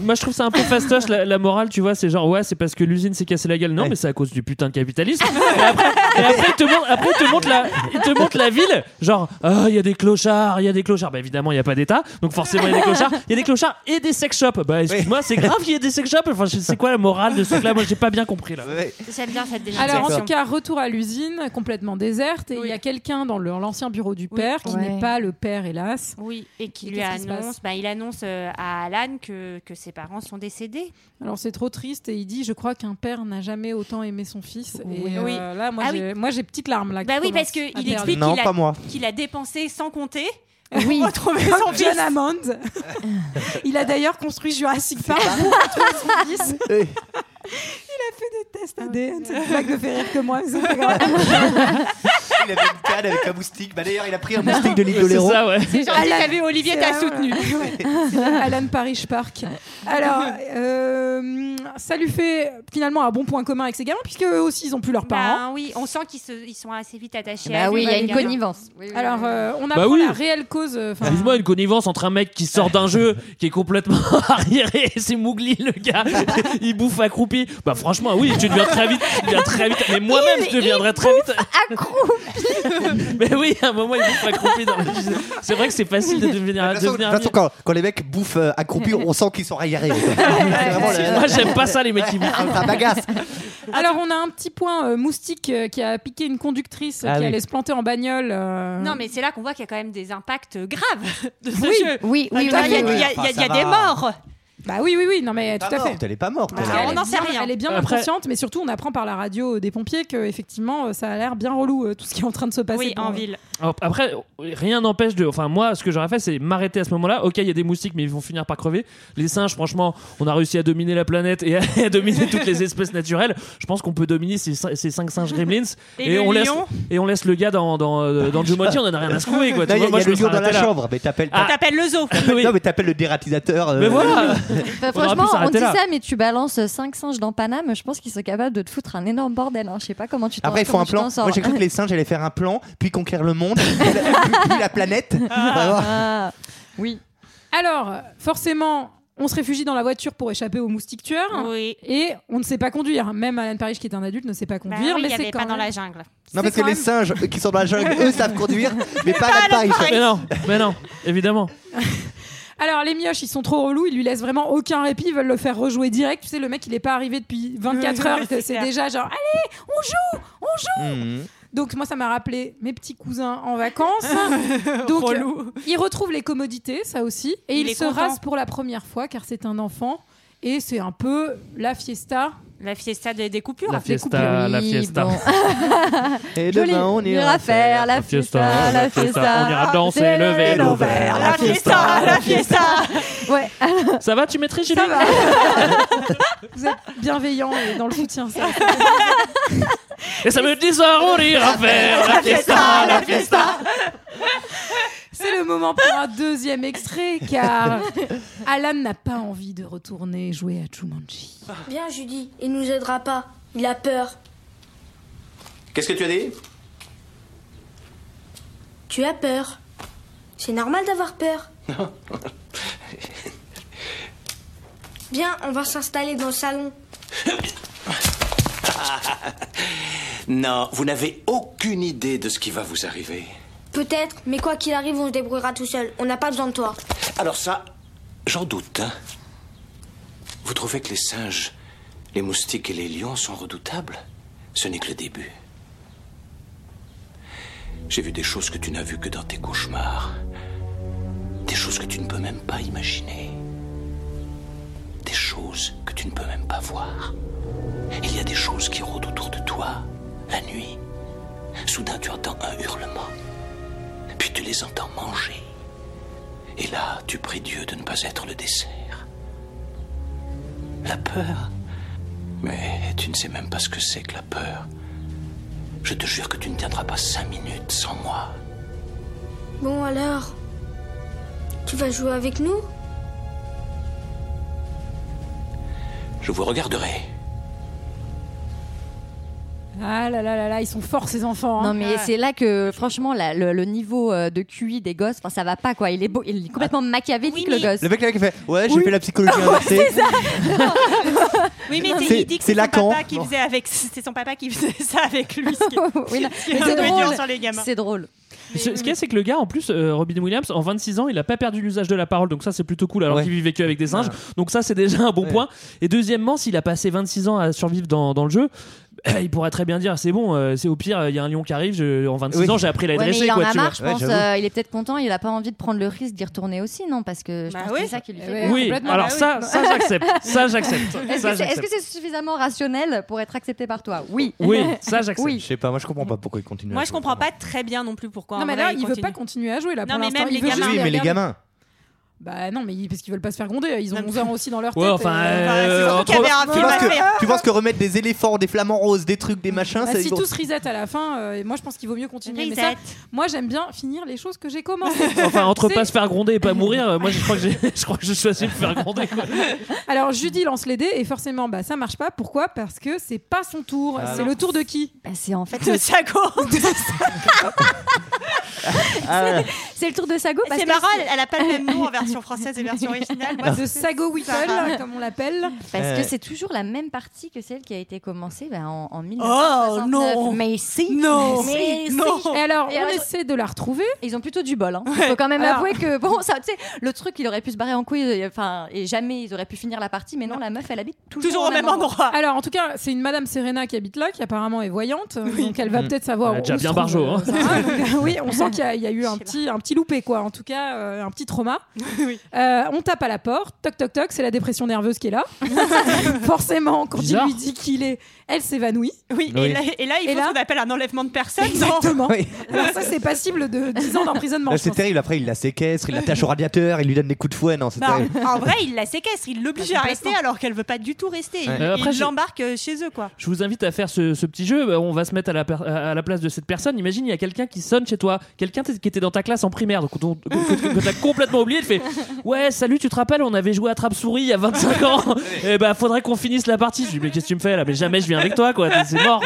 Moi, je trouve ça un peu fastoche la, la morale, tu vois. C'est genre, ouais, c'est parce que l'usine s'est cassée la gueule. Non,
Ouais.
mais c'est à cause du putain de capitalisme. et après, et après, il te montre, après, il te montre la, il te montre la ville. Genre, ah, il y a des clochards, il y a des clochards. Bah, évidemment, il n'y a pas d'État. Donc, forcément, il y a des clochards. Il y a des clochards et des sex shops. Bah, excuse-moi, c'est grave qu'il y ait des sex shops. Enfin, je- c'est quoi la morale de ce truc-là Moi, j'ai pas bien compris là.
J'aime bien cette déjà.
Alors, en tout cas, retour à l'usine, complètement déserte, et il y a quelqu'un dans le- l'ancien bureau du père qui
Ouais.
n'est pas le père, hélas.
Oui, et qui
Et
lui
qu'est-ce qui se
annonce,
passe
bah, il annonce euh, à Alan que, que ses parents sont décédés.
Alors, c'est trop triste, et il dit Je crois qu'un père n'a jamais autant aimé son fils.
Oui.
Et euh,
Oui.
là, moi,
Ah
j'ai moi, j'ai petite larme là. qui
Bah oui,
commence
parce que
à
il
perler.
explique qu'il a, [laughs] qu'il a dépensé sans compter.
Oui,
retrouver son
comme
fils.
[laughs] John Hammond. Il a d'ailleurs construit Jurassic Park pour retrouver son fils. Il a fait des tests ADN. Cette blague ne fait rire que moi, mais c'est pas grave.
il avait une canne avec un moustique. Bah, d'ailleurs, il
[laughs]
a pris un moustique de l'île d'Oléron.
C'est ça, ouais.
C'est gentil, t'as vu, Olivier
c'est
t'a
la-
soutenu.
Ouais. C'est la Alan Parish Park. Alors, euh, ça lui fait finalement un bon point commun avec ses gamins, puisque eux aussi, ils ont plus leurs parents.
Bah oui, on sent qu'ils se- ils sont assez vite attachés
Bah
à
oui,
lui,
il y a
les
une
gars.
connivence. Oui, oui, oui.
Alors, euh, on
Bah
apprend
oui.
la réelle cause. euh, enfin,
Excuse-moi, une connivence entre un mec qui sort
[laughs]
d'un jeu qui est complètement [laughs] arriéré, et c'est Mougli le gars, il bouffe accroupi. Bah franchement, oui, tu deviens très vite, tu deviens très vite. Mais moi-même, je deviendrais très vite. [laughs] Mais oui, à un moment, il bouffe accroupi dans la C'est vrai que c'est facile
[laughs]
de devenir.
De toute façon, de
devenir
toute façon, quand, quand les mecs bouffent euh, accroupis, on sent qu'ils
[laughs]
sont raillés.
Moi, j'aime pas ça, les mecs qui bouffent.
Ça bagasse.
Alors, on a un petit point euh, moustique euh, qui a piqué une conductrice euh,
Ah
qui
oui.
allait se planter en bagnole. euh,
Non, mais c'est là qu'on voit qu'il y a quand même des impacts graves de ce
Oui,
jeu.
oui,
Enfin,
oui,
je veux
oui,
dire, Il y a-
oui,
il y a,
oui.
il y a- il y a
Enfin, ça
des
va.
morts.
Bah oui, oui, oui, non, mais tout à fait.
Elle est pas morte.
Parce
elle.
qu'elle
on
est
n'en sait
bien-
rien.
Elle est bien
Après-
inconsciente, mais surtout, on apprend par la radio des pompiers que effectivement, euh, ça a l'air bien relou euh, tout ce qui est en train de se passer.
Oui,
pour euh,
en
eux.
ville.
Alors, après, rien n'empêche de. Enfin, moi, ce que j'aurais fait, c'est m'arrêter à ce moment-là. Ok, il y a des moustiques, mais ils vont finir par crever. Les singes, franchement, on a réussi à dominer la planète et à, à [laughs] dominer toutes les espèces naturelles. Je pense qu'on peut dominer ces, cin- ces cinq singes gremlins.
Et le
on laisse,
lion
et on laisse le gars dans, dans, euh, dans Jumanji, on en a rien à secouer. Quoi. Tu
Là, il
vois,
y a,
moi,
il y a
je
le
me
lion
serais
dans la
arrêté là.
chambre. Mais t'appelles
Ah,
T'appelles le zoo.
oui.
Non, mais t'appelles le dératisateur. euh,
Mais voilà
Enfin,
On aurait pu
franchement, on
s'arrêter
dit
là.
ça, mais tu balances 5 singes dans Paname, je pense qu'ils sont capables de te foutre un énorme bordel. hein. Je sais pas comment tu t'en
Après, il faut
comment
un
tu
plan.
t'en sors.
Moi, j'ai cru que les singes allaient faire un plan, puis conquérir le monde, [laughs] puis la, puis- puis la planète. Bah Vraiment.
Ah, oui.
Alors, forcément, on se réfugie dans la voiture pour échapper aux moustiques tueurs.
Oui.
Et on ne sait pas conduire. Même Alan Parrish, qui est un adulte, ne sait pas
Bah
conduire.
oui, il
mais
y
c'est
avait
quand
pas dans
même-
la jungle.
Non, parce
C'est
que
quand
les
même-
singes euh, qui sont dans la jungle, eux, savent conduire, mais pas à la
Ah,
Paris.
Mais non, mais non, évidemment.
Alors, les mioches, ils sont trop relous. Ils lui laissent vraiment aucun répit. Ils veulent le faire rejouer direct. Tu sais, le mec, il n'est pas arrivé depuis 24 heures. que
C'est
C'est
clair.
déjà genre, allez, on joue, on joue.
Mmh.
Donc, moi, ça m'a rappelé mes petits cousins en
[laughs]
vacances. Donc,
Relou.
il retrouve les commodités, ça aussi. Et
Il
il,
est
se
content.
rase pour la première fois, car c'est un enfant. Et c'est un peu la fiesta.
La fiesta de- des coupures.
La
Des coupures.
fiesta, la
Oui,
fiesta.
bon.
Et
Joli.
demain, on ira
faire la fiesta, la fiesta.
On ira danser,
C'est le
lever
vélo
le
vert,
verre.
La fiesta, la fiesta.
Ouais.
Ça va, tu mettrais Julie
[laughs] Vous êtes bienveillants et dans le soutien. ça.
Et ça me dit ça, on ira faire la fiesta, la fiesta.
C'est le moment pour un deuxième extrait car Alan n'a pas envie de retourner jouer à Jumanji.
Bien, Judy, il nous aidera pas. Il a peur.
Qu'est-ce que tu as dit
Tu as peur. C'est normal d'avoir peur. Bien, on va s'installer dans le salon.
Non, vous n'avez aucune idée de ce qui va vous arriver.
Peut-être, mais quoi qu'il arrive, on se débrouillera tout seul. On n'a pas besoin de toi.
Alors ça, j'en doute. hein. Vous trouvez que les singes, les moustiques et les lions sont redoutables Ce n'est que le début. J'ai vu des choses que tu n'as vues que dans tes cauchemars. Des choses que tu ne peux même pas imaginer. Des choses que tu ne peux même pas voir. Il y a des choses qui rôdent autour de toi, la nuit. Soudain, tu entends un hurlement. Puis tu les entends manger. Et là, tu pries Dieu de ne pas être le dessert. La peur Mais tu ne sais même pas ce que c'est que la peur. Je te jure que tu ne tiendras pas cinq minutes sans moi.
Bon alors, tu vas jouer avec nous
Je vous regarderai.
Ah là là là là, ils sont forts ces enfants. hein.
Non mais c'est là que franchement la- le, le niveau euh, de QI des gosses, enfin ça va pas quoi. Il est beau, il est complètement machiavélique
Oui, mais-
le gosse.
Le mec, là, qui fait Ouais, j'ai fait la psychologie inversée.
Oui, mais
C'est-
il dit que
c'est
c'est son,
Lacan.
papa qui faisait avec... c'est son papa qui faisait ça avec lui. Ce qui est-
Oui, non,
ce qui est
mais
un peu
c'est
dur
drôle.
sur les gamins.
C'est drôle.
Ce, ce qu'il y a, c'est que le gars, en plus, euh, Robin Williams, en 26 ans, il a pas perdu l'usage de la parole, donc ça, c'est plutôt cool, alors
Ouais.
qu'il vivait que avec des singes.
Ouais.
Donc ça, c'est déjà un bon
Ouais.
point. Et deuxièmement, s'il a passé 26 ans à survivre dans, dans le jeu, eh, il pourrait très bien dire c'est bon, euh, c'est au pire, il y a un lion qui arrive, je- en 26
Oui.
ans, j'ai appris à la
Ouais, mais
dresser.
il en
quoi,
a
tu
marre,
vois.
je pense. euh, il est peut-être content, il a pas envie de prendre le risque d'y retourner aussi, non Parce que je
Bah
pense que c'est ça qui lui fait peur.
oui, alors ça, ça j'accepte. Ça, j'accepte.
Bah [laughs] Est-ce
Ça,
que c'est est-ce
j'accepte.
que c'est suffisamment rationnel pour être accepté par toi Oui. [laughs]
Oui, ça, j'accepte.
Oui.
Je sais pas, moi je comprends pas pourquoi ils continuent.
Moi, je comprends pas très bien non plus pourquoi.
Non,
en
mais
vrai,
là,
il
il veut
continue.
pas continuer à jouer là.
Non,
pour
mais
l'instant,
même
il
les
veut
gamins.
juste
Oui, mais les
regarder.
gamins.
Bah non, mais ils- parce qu'ils veulent pas se faire gronder. Ils ont 11 ans aussi dans leur tête.
Ouais, enfin,
et-
euh,
surtout
entre-
qu'il y avait un
Tu
film
penses,
à faire.
que, tu penses que remettre des éléphants, des flamants roses, des trucs, des machins,
Bah,
c'est
si
bon.
tout se reset à la fin, euh, moi je pense qu'il vaut mieux continuer. Mais ça,
Reset.
moi j'aime bien finir les choses que j'ai commencées.
[laughs] Enfin, entre
C'est-
pas se faire gronder et pas mourir, euh, moi je crois que j'ai- [laughs] je crois que je choisis de me faire gronder. quoi.
Alors Judy lance les dés et forcément bah ça marche pas. Pourquoi Parce que c'est pas son tour.
Ah
c'est
non.
le tour de qui
Bah, c'est en fait
De Sago.
c'est le tour de Sago parce
C'est
que
marrant, elle- elle a pas le même nom en [laughs] version française et version originale. Moi,
[laughs]
De Sago Whittle, comme on l'appelle.
parce
Ouais.
que c'est toujours la même partie que celle qui a été commencée bah, en, en
Oh,
1969.
non.
Mais si
Non.
Mais si.
Non.
Et alors
Et
on
alors-
essaie de la retrouver.
Ils ont plutôt du bol. Hein. Faut quand même
Alors-
avouer que bon, ça, tu sais, le truc, il aurait pu se barrer en couille, euh, enfin, et jamais ils auraient pu finir la partie. Mais non, la meuf, elle habite toujours,
Toujours
au
au même endroit.
Alors en tout cas c'est une Madame Serena qui habite là, qui apparemment est voyante, donc elle va
Mm.
peut-être savoir.
Elle a déjà
où se
bien
trouve,
barjo,
euh, [laughs]
hein.
Sarah.
[laughs]
Donc, oui, on sent qu'il y, a- il y a eu
Je
un
sais
petit un petit loupé quoi. En tout cas euh, un petit trauma.
[laughs] Oui.
Euh, on tape à la porte, toc toc toc, c'est la dépression nerveuse
[laughs]
qui est là. Forcément quand
Bizarre.
il lui dit qu'il est, elle s'évanouit.
[laughs] Oui,
Oui.
Et, là, et là, il
Et
faut
là-
ce qu'on appelle un enlèvement de personne. non
Exactement.
Oui.
Alors ça c'est passible de 10 ans d'emprisonnement.
Là,
je
c'est
pense.
terrible. Après, il la séquestre, il l'attache au radiateur, il lui donne des coups de fouet. Non, c'est [laughs]
Bah,
terrible.
en vrai, il la séquestre, il l'oblige à rester alors qu'elle veut Bah, pas du tout rester. Il-
Ouais.
Euh, après,
il
je-
l'embarque euh, chez eux, quoi.
Je vous invite à faire ce, ce petit jeu. Bah, On va se mettre à la, per- à la place de cette personne. Imagine, il y a quelqu'un qui sonne chez toi, quelqu'un t- qui était dans ta classe en primaire, donc dont- que, que- que t'as complètement oublié. Il fait Ouais, salut, tu te rappelles, on avait joué à Trappe-souris il y a 25 ans. Et bah, faudrait qu'on finisse la partie. Je lui dis Mais qu'est-ce que tu me fais là Mais jamais je viens avec toi, quoi. C'est mort.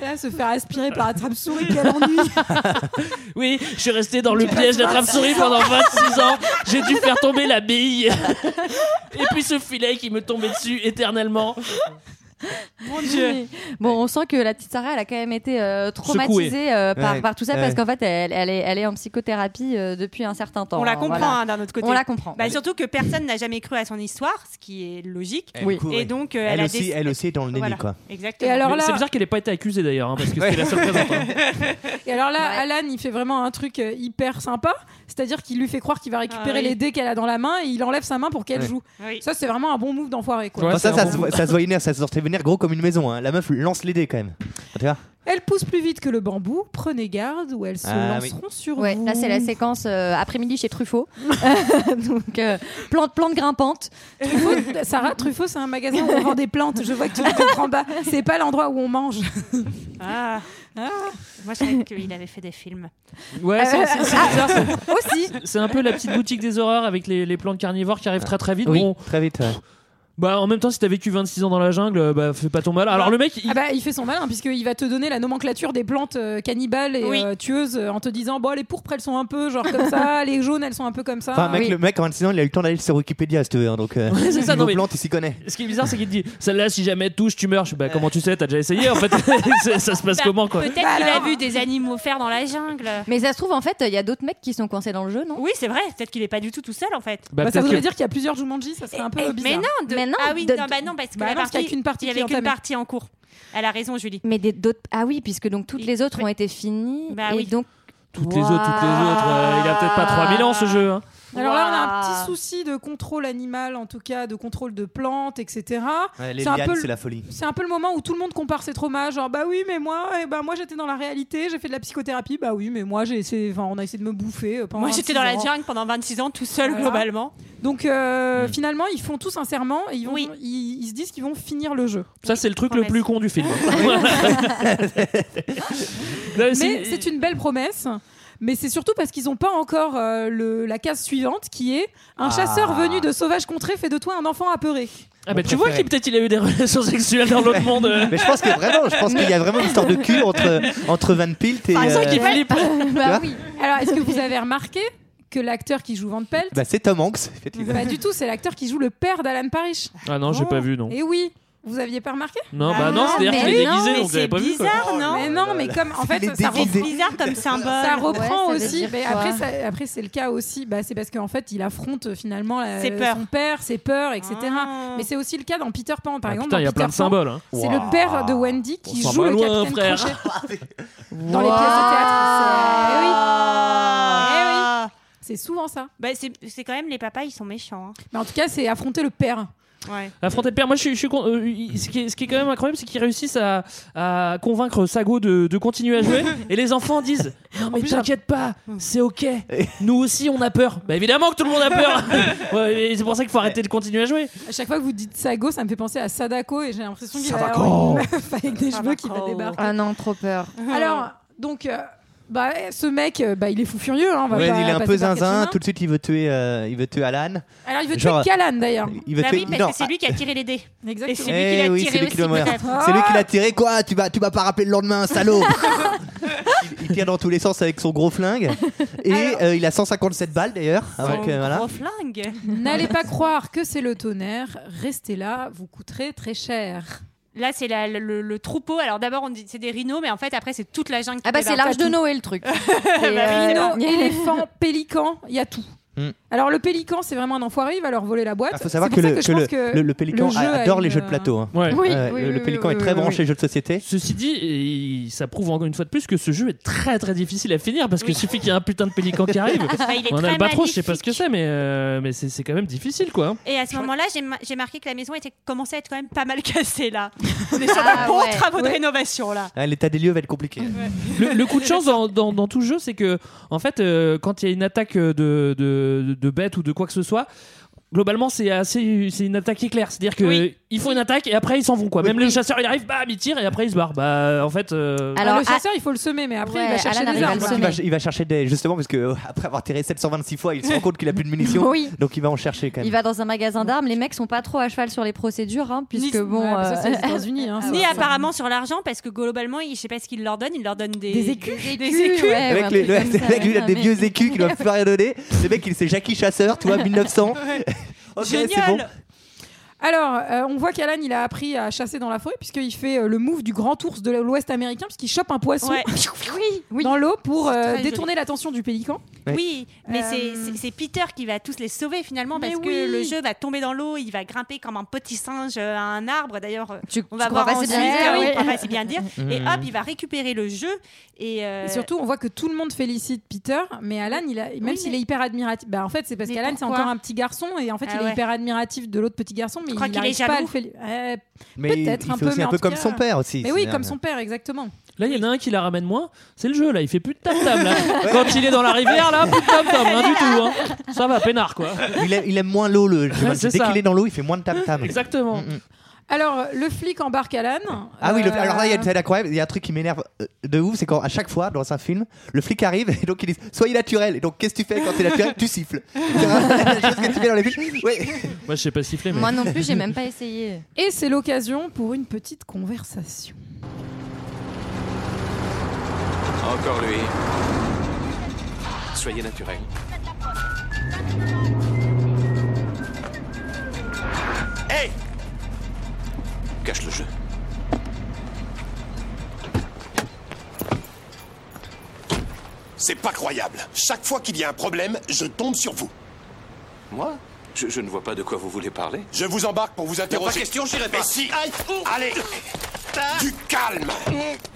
Là, se faire aspirer par un
[laughs]
trappe-souris, quel ennui
Oui, je suis resté dans
[laughs]
le piège de la Trappe-souris pendant 26 ans. J'ai dû faire tomber
[laughs]
la bille. Et puis ce filet qui me tombait dessus éternellement.
[laughs]
Oui. Bon, on sent que la petite Sarah, elle a quand même été euh, traumatisée euh, par,
Ouais.
par tout ça
Ouais.
parce qu'en fait, elle, elle est, elle est en psychothérapie euh, depuis un certain temps.
On la
hein,
comprend
voilà.
hein, d'un autre côté.
On la comprend.
Bah, surtout que personne n'a jamais cru à son histoire, ce qui est logique.
Elle
Oui.
court,
Et
ouais.
donc, euh,
elle,
elle, a
aussi,
décidé-
elle aussi est dans le déni,
Voilà.
quoi.
Et
Exactement.
alors là,
C'est bizarre qu'elle ait pas été accusée d'ailleurs, hein, parce que c'était la seule présente. hein.
et alors là
Ouais.
Alan, il fait vraiment un truc euh, hyper sympa, c'est-à-dire qu'il lui fait croire qu'il va récupérer
Ah oui.
les dés qu'elle a dans la main et il enlève sa main pour qu'elle
Ouais.
joue.
Oui.
Ça, c'est vraiment un bon move d'enfoiré. Quoi.
Ouais.
Enfin, ça,
c'est un
ça,
bon
se, ça se voyait venir, ça se sortait venir gros comme une maison. hein. La meuf lance les dés quand même. Tu vois
Elle pousse plus vite que le bambou, prenez garde ou elles se
Ah, oui.
lanceront sur
Ouais,
vous.
là c'est la séquence euh, après-midi chez
[laughs]
Truffaut. [laughs] Donc euh, plante plante grimpante.
Truffaut- Sarah, Truffaut, c'est un magasin où on vend des plantes. Je vois que tu ne comprends pas. C'est pas l'endroit où on mange.
Ah. Moi, je savais qu'il avait fait des films.
Ouais, c'est- c'est- c'est bizarre. c'est-
Ah. Aussi.
C'est un peu la petite boutique des horreurs avec les, les plantes carnivores qui arrivent très très vite. Bon,
Très vite. ouais.
bah en même temps, si t'as vécu 26 ans dans la jungle, euh, bah fais pas ton mal. Alors le mec, il-
Ah bah, il fait son malin, puisqu'il va te donner la nomenclature des plantes euh, cannibales et
Oui.
euh, tueuses euh, en te disant Bon, les pourpres, elles sont un peu genre comme
[laughs]
ça, les jaunes, elles sont un peu comme ça.
Enfin, mec,
oui.
le mec, en 26 ans, il a eu le temps d'aller sur Wikipédia, si tu veux. hein, donc, euh,
Ah, [laughs] Ouais, c'est ça,
niveau
non, mais-
plante, il s'y connaît.
ce qui est bizarre, c'est qu'il te dit celle-là, si jamais elle touche, tu meurs. Je
Euh.
suis, bah comment tu sais, t'as déjà essayé en fait [laughs] Ça- Ça se passe
Bah,
comment quoi
[laughs] Peut-être
Bah
qu'il a
alors.
vu des animaux faire dans la jungle.
Mais ça se trouve en fait, il y a d'autres mecs qui sont coincés dans le jeu, non
Oui, c'est vrai. Peut-être qu'il est pas du tout tout seul, en fait.
Bah, ça
peut-être
voudrait
que-
dire qu'il y a plusieurs Jumanji, ça serait un peu
Eh, mais
bizarre.
non, de-
Mais non,
ah oui,
de-
non, bah non, parce que
Bah
la
non, parce qu'il y a
partie-
qu'une partie
il y
qui est
avait qu'une
entamée.
partie en cours. Elle a raison, Julie.
Mais des d'autres. Ah oui, puisque donc toutes les autres ont été finies.
Bah
et
oui.
donc
toutes les autres, toutes les autres. euh, il a peut-être pas 3000 ans ce jeu. hein.
Alors là, on a un
Ouah.
petit souci de contrôle animal, en tout cas, de contrôle de plantes, etc.
les
C'est un
lianes,
peu le-
c'est la folie.
C'est un peu le moment où tout le monde compare ses traumas, genre bah oui mais moi, eh ben moi j'étais dans la réalité, j'ai fait de la psychothérapie, bah oui mais moi j'ai essayé, enfin on a essayé de me bouffer. euh, pendant
Moi, j'étais dans la
26 ans.
jungle pendant 26 ans, tout seul,
Voilà.
globalement.
Donc euh,
Hmm.
finalement ils font tout sincèrement et ils, vont-
Oui.
ils- ils se disent qu'ils vont finir le jeu.
Ça, c'est le truc le
promesse.
plus con du film. Voilà. Non,
Mais c'est une belle promesse. Mais c'est surtout parce qu'ils n'ont pas encore euh, le- la case suivante qui est un
Ah.
chasseur venu de sauvages contrées fait de toi un enfant apeuré.
Ah,
Mon
bah tu vois
préféré.
qu'il peut-être il a eu des [laughs] relations sexuelles dans l'autre monde.
[laughs]
euh.
Mais je pense que vraiment, je pense qu'il y a vraiment une histoire de cul
[laughs]
entre, entre Van Pilt et.
C'est Ah, ça
euh,
qui flippe.
[laughs]
bah oui.
Alors est-ce que vous avez remarqué que l'acteur qui joue Van Pelt,
bah, c'est Tom Hanks. effectivement.
pas du tout, c'est l'acteur qui joue le père d'Alan Parrish.
Ah non, j'ai
Oh.
pas vu non.
Et oui, Vous aviez pas remarqué
Non, bah non, c'est-à-dire qu'il est déguisé, donc vous avez pas vu. quoi.
bizarre, non
Oh,
Mais non, mais comme en fait, ça reprend
bizarre comme symbole. Eh
Ça reprend
Ah, Ouais, ça veut
aussi.
dire
Mais
quoi
après, ça- après c'est le cas aussi. Bah, c'est parce qu'en fait, il affronte euh, finalement la-
Ses peurs. Ah.
son père, ses peurs, etc. Mais c'est aussi le cas dans Peter Pan, par exemple.
Ah, putain,
dans
il y a
Peter
plein de
Pan,
symboles, hein.
C'est
Waouh.
le père de Wendy
On
qui
s'en
joue
va
le
loin,
capitaine
frère. [laughs]
Crochet dans les pièces de théâtre. Eh oui.
Ah.
Eh oui. C'est souvent ça.
Bah, c'est c'est quand même les papas, ils sont méchants.
Mais en tout cas, c'est affronter le père.
hein. Ouais.
Affronter le père, moi je suis, je suis con- euh, il- ce, qui est, ce qui est quand même incroyable, c'est qu'ils réussissent à, à convaincre Sago de, de continuer
[laughs]
à jouer. et les enfants disent Non, mais t'inquiète pas,
Mm.
c'est ok. Nous aussi on a peur. Bah évidemment que tout le monde a peur. Ouais, et c'est pour ça qu'il faut arrêter de continuer à jouer.
À chaque fois que vous dites Sago, ça me fait penser à Sadako et j'ai l'impression qu'il va y
Sadako.
avoir une meuf avec des cheveux qui va débarquer.
Ah non, trop peur.
[laughs] Alors, donc, euh, bah, ce mec, euh, bah, il est fou furieux. hein, on va
Ouais,
pas
il est un
passer
peu
par quatre
zinzin,
chemins.
tout de suite il veut tuer, euh, il veut tuer Alan.
Alors, il veut
Genre,
tuer Calan
[laughs]
d'ailleurs.
il veut Bah tuer- oui, parce que non, c'est
lui qui a tiré les dés.
Exactement.
Eh oui, c'est lui qui doit mourir. C'est lui qui l'a tiré, quoi Tu vas, tu vas pas rappeler le lendemain, salaud il, il tire dans tous les sens avec son gros flingue. Et euh, il a 157 balles d'ailleurs. avec, euh, voilà.
flingue.
N'allez pas croire que c'est le tonnerre. Restez là, vous coûterez très cher.
Là, c'est la- le, le troupeau. Alors d'abord, on dit c'est des rhinos, mais en fait, après, c'est toute la jungle.
Ah bah c'est l'arche de Noé le truc. euh,
Rhino,
c'est vrai. [laughs]
éléphant, pélican, il y a tout.
Hmm.
Alors le pélican, c'est vraiment un enfoiré, il va leur voler la boîte.
Il Ah, faut savoir
C'est
que
pour ça
le, que
je
le,
pense que
le- le pélican
jeu a
adore les
une,
jeux de plateau. hein.
Ouais. Oui,
Euh,
oui,
le,
oui,
le pélican
oui,
est très
oui,
branché
oui.
jeux de société.
Ceci dit, et ça prouve encore une fois de plus que ce jeu est très très difficile à finir parce qu'il suffit qu'il y ait un putain de pélican qui
[laughs]
arrive.
Bah, il est
On a
très
le batro, je sais pas ce que c'est, mais, euh, mais c'est c'est quand même difficile quoi.
Et à ce moment-là, j'ai ma- j'ai marqué que la maison était commençait à être quand même pas mal [laughs] cassée là. On est
Ah,
sur de bons
ouais.
travaux de
Ouais.
rénovation là.
Ah, L'état des lieux va être compliqué.
le, le coup de chance dans, dans- dans tout jeu, c'est que, en fait, euh, quand il y a une attaque euh, de, de, de bête ou de quoi que ce soit, globalement, c'est assez, c'est une attaque éclair. C'est-à-dire que
Oui.
ils font une attaque et après ils s'en vont, quoi. Même le chasseur, il arrive, bam, il tire et après il se barre. Bah, en fait. euh,
Alors le chasseur, il faut le semer, mais après
ah- Ouais,
il va chercher
Alan
des
arrive à
armes.
le
Il va, il va chercher des. Justement, parce que euh, après avoir tiré 726 fois, il se rend compte qu'il a plus de munitions.
Oui.
Donc il va en chercher quand même.
Il va dans un magasin d'armes, les mecs sont pas trop à cheval sur les procédures, hein, puisque
Ni-
bon.
Ouais, parce que
euh,
c'est les États-Unis,
hein,
[laughs] Ah
Ni
ouais.
apparemment sur l'argent, parce que globalement, il- je sais pas ce qu'il leur donne, il leur donne des,
Des écus.
Des
écus,
écus.
ouais,
Le mec, le- le- [laughs] le mec, lui, il a des vieux écus qui doivent plus rien donner. Le mec, il c'est Jackie Chasseur, tu vois, 1900. [laughs] Ok, c'est bon.
Alors, euh, on voit qu'Alan, il a appris à chasser dans la forêt, puisqu'il fait euh, le move du grand ours de l'ouest américain, puisqu'il chope un poisson [laughs]
Ouais.
dans l'eau pour euh,
très joli.
détourner l'attention du pélican.
Oui,
Euh,
mais c'est- c'est- c'est Peter qui va tous les sauver finalement
Mais
parce
oui.
que le jeu va tomber dans l'eau, il va grimper comme un petit singe euh, à un arbre. D'ailleurs, euh,
Tu-
on
tu
va
crois
voir
pas, c'est
ensuite,
bien dire,
euh,
oui.
on croit pas, c'est bien dire. Et
Mhm.
hop, il va récupérer le jeu et, euh,
Et surtout, on voit que tout le monde félicite Peter, mais Alan, il a, même s'il est hyper admiratif, bah, en fait, c'est parce
Mais
qu'Alan, c'est
pourquoi
encore un petit garçon, et en fait,
Ah
il est
ouais.
hyper admiratif de l'autre petit garçon, mais
crois
il
qu'il
n'arrive
est
pas à le
jaloux
féliciter.
Mais
Peut-être
il
un
fait
peu,
aussi
mais
un
en
peu
tout
comme
cas-
son père aussi,
Mais
c'est
oui,
bien.
comme son père, exactement.
Là, il y en a un qui la ramène moins, c'est le jeu, là, il fait plus de tam-tam, là. Quand il est dans la rivière, là, plus de tam-tam, rien du tout, hein. Ça va, peinard, quoi.
Il aime, il aime moins
[laughs]
l'eau, le Jumanji.
c'est
Dès
ça.
qu'il est dans l'eau, il fait moins de tam-tam.
Exactement.
Alors, le flic embarque Alan.
mm. Ah oui, le-
Euh,
alors là, il y a c'est incroyable, il y a un truc qui m'énerve euh, de ouf, c'est qu'à chaque fois, dans un film, le flic arrive et donc il dit Soyez naturel. Et donc, qu'est-ce que tu fais quand t'es naturel
[laughs]
Tu siffles. C'est la chose que tu fais dans les films. Oui.
Moi, je sais pas siffler, mais.
Moi non plus, j'ai même pas essayé.
Et c'est l'occasion pour une petite conversation.
Encore lui. Soyez naturel.
Hey
Cache le jeu.
C'est pas croyable. Chaque fois qu'il y a un problème, je tombe sur vous.
Moi je, je ne vois pas de quoi vous voulez parler.
Je vous embarque pour vous interroger.
Pas question, j'irai pas.
Mais si. Aïe. Allez. Du calme.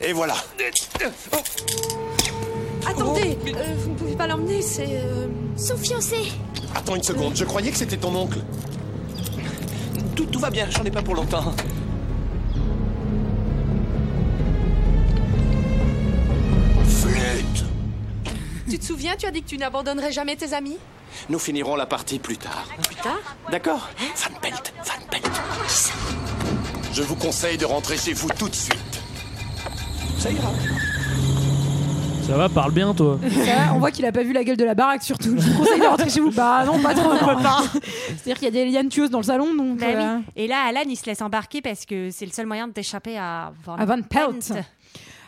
Et voilà.
Attendez,
oh.
euh, vous ne pouvez pas l'emmener, c'est. euh,
Son fiancé
Attends une seconde. Je croyais que c'était ton oncle.
Tout, tout va bien, j'en ai pas pour longtemps.
Flûte.
Tu te souviens, tu as dit que tu n'abandonnerais jamais tes amis
Nous finirons la partie Ah, plus tard.
Putain
D'accord Van Pelt, Van Pelt.
Je vous conseille de rentrer chez vous tout de suite.
Ça ira.
Ça va, parle bien, toi.
Ça, on voit qu'il a pas vu la gueule de la baraque surtout. Je vous conseille de rentrer chez vous. Bah non, pas trop. non. C'est-à-dire qu'il y a des lianes tueuses dans le salon, donc.
Bah oui.
euh,
Et là, Alan, il se laisse embarquer parce que c'est le seul moyen de t'échapper à Van,
À Van Pelt.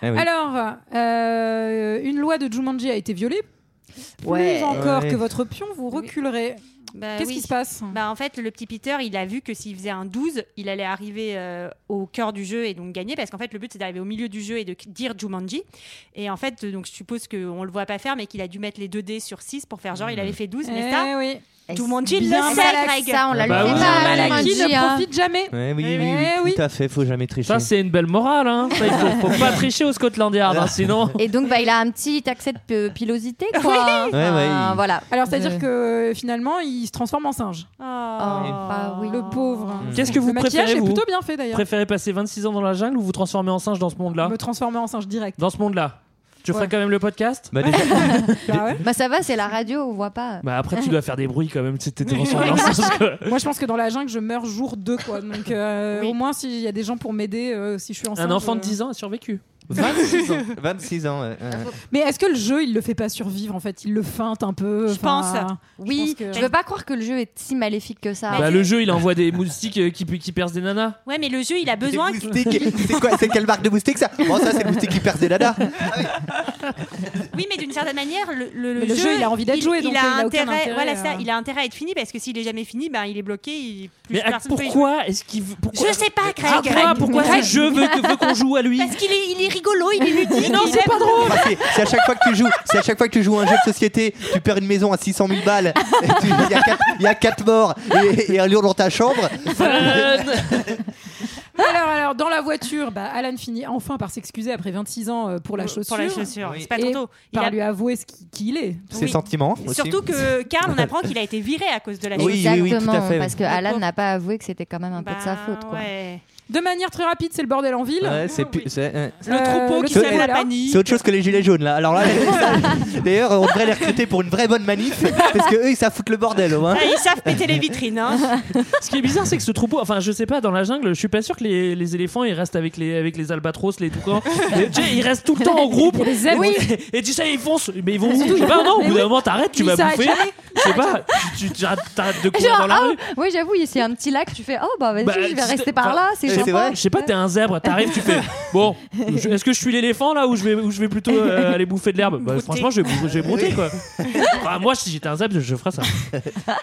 Alors, euh, une loi de Jumanji a été violée. Plus
Ouais.
encore
Ouais.
que votre pion, vous reculerez
Bah
Qu'est-ce qui
oui.
se passe
bah, En fait, le petit Peter, il a vu que s'il faisait un 12, il allait arriver euh, au cœur du jeu et donc gagner. Parce qu'en fait, le but, c'est d'arriver au milieu du jeu et de dire Jumanji. Et en fait, donc, je suppose qu'on le voit pas faire, mais qu'il a dû mettre les 2 dés sur 6 pour faire genre, il avait fait 12. Mais
Eh
ça,
oui.
Jumanji le
Bien
sait,
malade,
Greg.
ça, on l'a
Bah
le
oui.
fait pas,
Normal,
Ah, Jumanji,
qui ne
hein.
profite jamais
Ouais, oui, oui,
Eh
oui,
oui.
tout à fait, faut jamais tricher.
Ça, c'est une belle morale. Hein. Ça, il faut, faut pas tricher au Scotland Yard, hein, sinon.
Et donc, bah, il a un petit accès de p- pilosité, quoi.
Oui. Ouais, ouais,
Enfin,
il-
Voilà.
Alors, c'est-à-dire
Euh,
que finalement, il se transforme en singe.
Ah,
Ah
Le pauvre.
Mmh.
Qu'est-ce que vous
Le maquillage
préférez
est
vous
plutôt bien fait d'ailleurs.
Préférez passer 26 ans dans la jungle ou vous transformer en singe dans ce monde-là
Me transformer en singe direct.
Dans ce monde-là. Tu
Ouais.
ferais quand même le podcast
bah, déjà- [laughs]
Ah
Bah, ça va, c'est la radio, on voit pas.
Bah, après, tu dois faire des bruits quand même. Tu sais,
[laughs]
t'es transformé en singe. quoi.
Moi, je pense que dans la jungle, je meurs jour 2. Quoi. Donc, euh, au moins, s'il y a des gens pour m'aider, euh, si je suis enceinte.
Un enfant de
euh.
10 ans a survécu.
26 ans. 26 ans. ouais, ouais.
Mais est-ce que le jeu, il le fait pas survivre en fait Il le feinte un peu
Je pense.
Oui,
je pense que-
je veux pas croire que le jeu est si maléfique que ça.
Bah, le jeu, il envoie des moustiques euh, qui, qui percent des nanas.
Ouais, mais le jeu, il a besoin.
Des moustiques. C'est quoi C'est quelle marque de moustique ça Bon, ça, c'est le moustique qui perd des nanas.
Oui, mais d'une certaine manière, le, le- le
Mais le jeu, il a envie d'être joué, donc il a aucun intérêt
voilà,
à-
ça, il a intérêt à être fini parce que s'il est jamais fini, ben, il est bloqué. Il, plus
Mais
personne peut y
pourquoi est-ce qu'il veut-
jouer.
pourquoi
Je sais pas, Greg.
Raconte-moi pourquoi
Greg.
ce jeu veut, que- veut qu'on joue
[laughs]
à lui
Parce qu'il est, il est rigolo, il est ludique.
Non,
il
c'est
aime-
pas drôle.
Bah, c'est- c'est à chaque fois que tu joues, c'est à chaque fois que tu joues un jeu de société, tu perds une maison à 600 000 balles. et tu- Il y a quatre- il y, a quatre morts et, et un lion dans ta chambre.
[laughs] Alors, alors, dans la voiture, bah, Alan finit enfin par s'excuser après 26 ans euh, pour la chaussure.
Pour la chaussure, c'est pas
Et
trop tôt. Il
par
a-
lui avouer ce qui, qui il est.
Ses
Oui.
sentiments. aussi.
Surtout que Karl, on apprend qu'il a été viré à cause de la
Oui,
chaussure.
oui, oui, tout à
Exactement,
fait.
parce que
Le
Alan
pauvre.
n'a pas avoué que c'était quand même un peu de sa
Bah,
faute. Quoi.
ouais.
De manière très rapide, c'est le bordel en ville.
Ouais, c'est pu- c'est euh,
Le troupeau
le
qui
troupeau,
sème la
voilà.
panique.
c'est autre chose que les gilets jaunes là.
[laughs]
Alors là, [laughs] d'ailleurs, on devrait les recruter pour une vraie bonne manif parce que eux, ils savent foutre le bordel au moins.
Ah, ils savent péter les
[laughs]
vitrines. hein.
Ce qui est bizarre, c'est que ce troupeau, enfin, je sais pas, dans la jungle, je suis pas sûr que les, les éléphants ils restent avec les, avec les albatros, les toucans. Mais, tu sais, ils restent tout le temps en groupe.
Il y a des zèbres.
Et- Et tu sais, ils foncent. Mais ils vont bouffer. Je sais pas, non, au bout d'un moment, t'arrêtes, tu
Mais
vas
ça a
bouffer.
jamais-
Je sais pas, tu, tu- t'arrêtes t'arrêtes de courir
Genre,
dans la
ah,
rue.
oui, j'avoue, c'est un petit lac, tu fais oh bah vas-y,
Bah,
je vais
c'est-
rester par là, Ah, c'est
c'est
sympa.
vrai.
Je sais pas, t'es un zèbre, t'arrives, tu [laughs] fais bon. je- Est-ce que je suis l'éléphant là ou je vais ou je vais plutôt [laughs] euh, aller bouffer de l'herbe Bah,
Brouter.
Franchement, je vais, brou- je vais brouter quoi. Enfin, moi, si j'étais un zèbre, je, je ferais ça.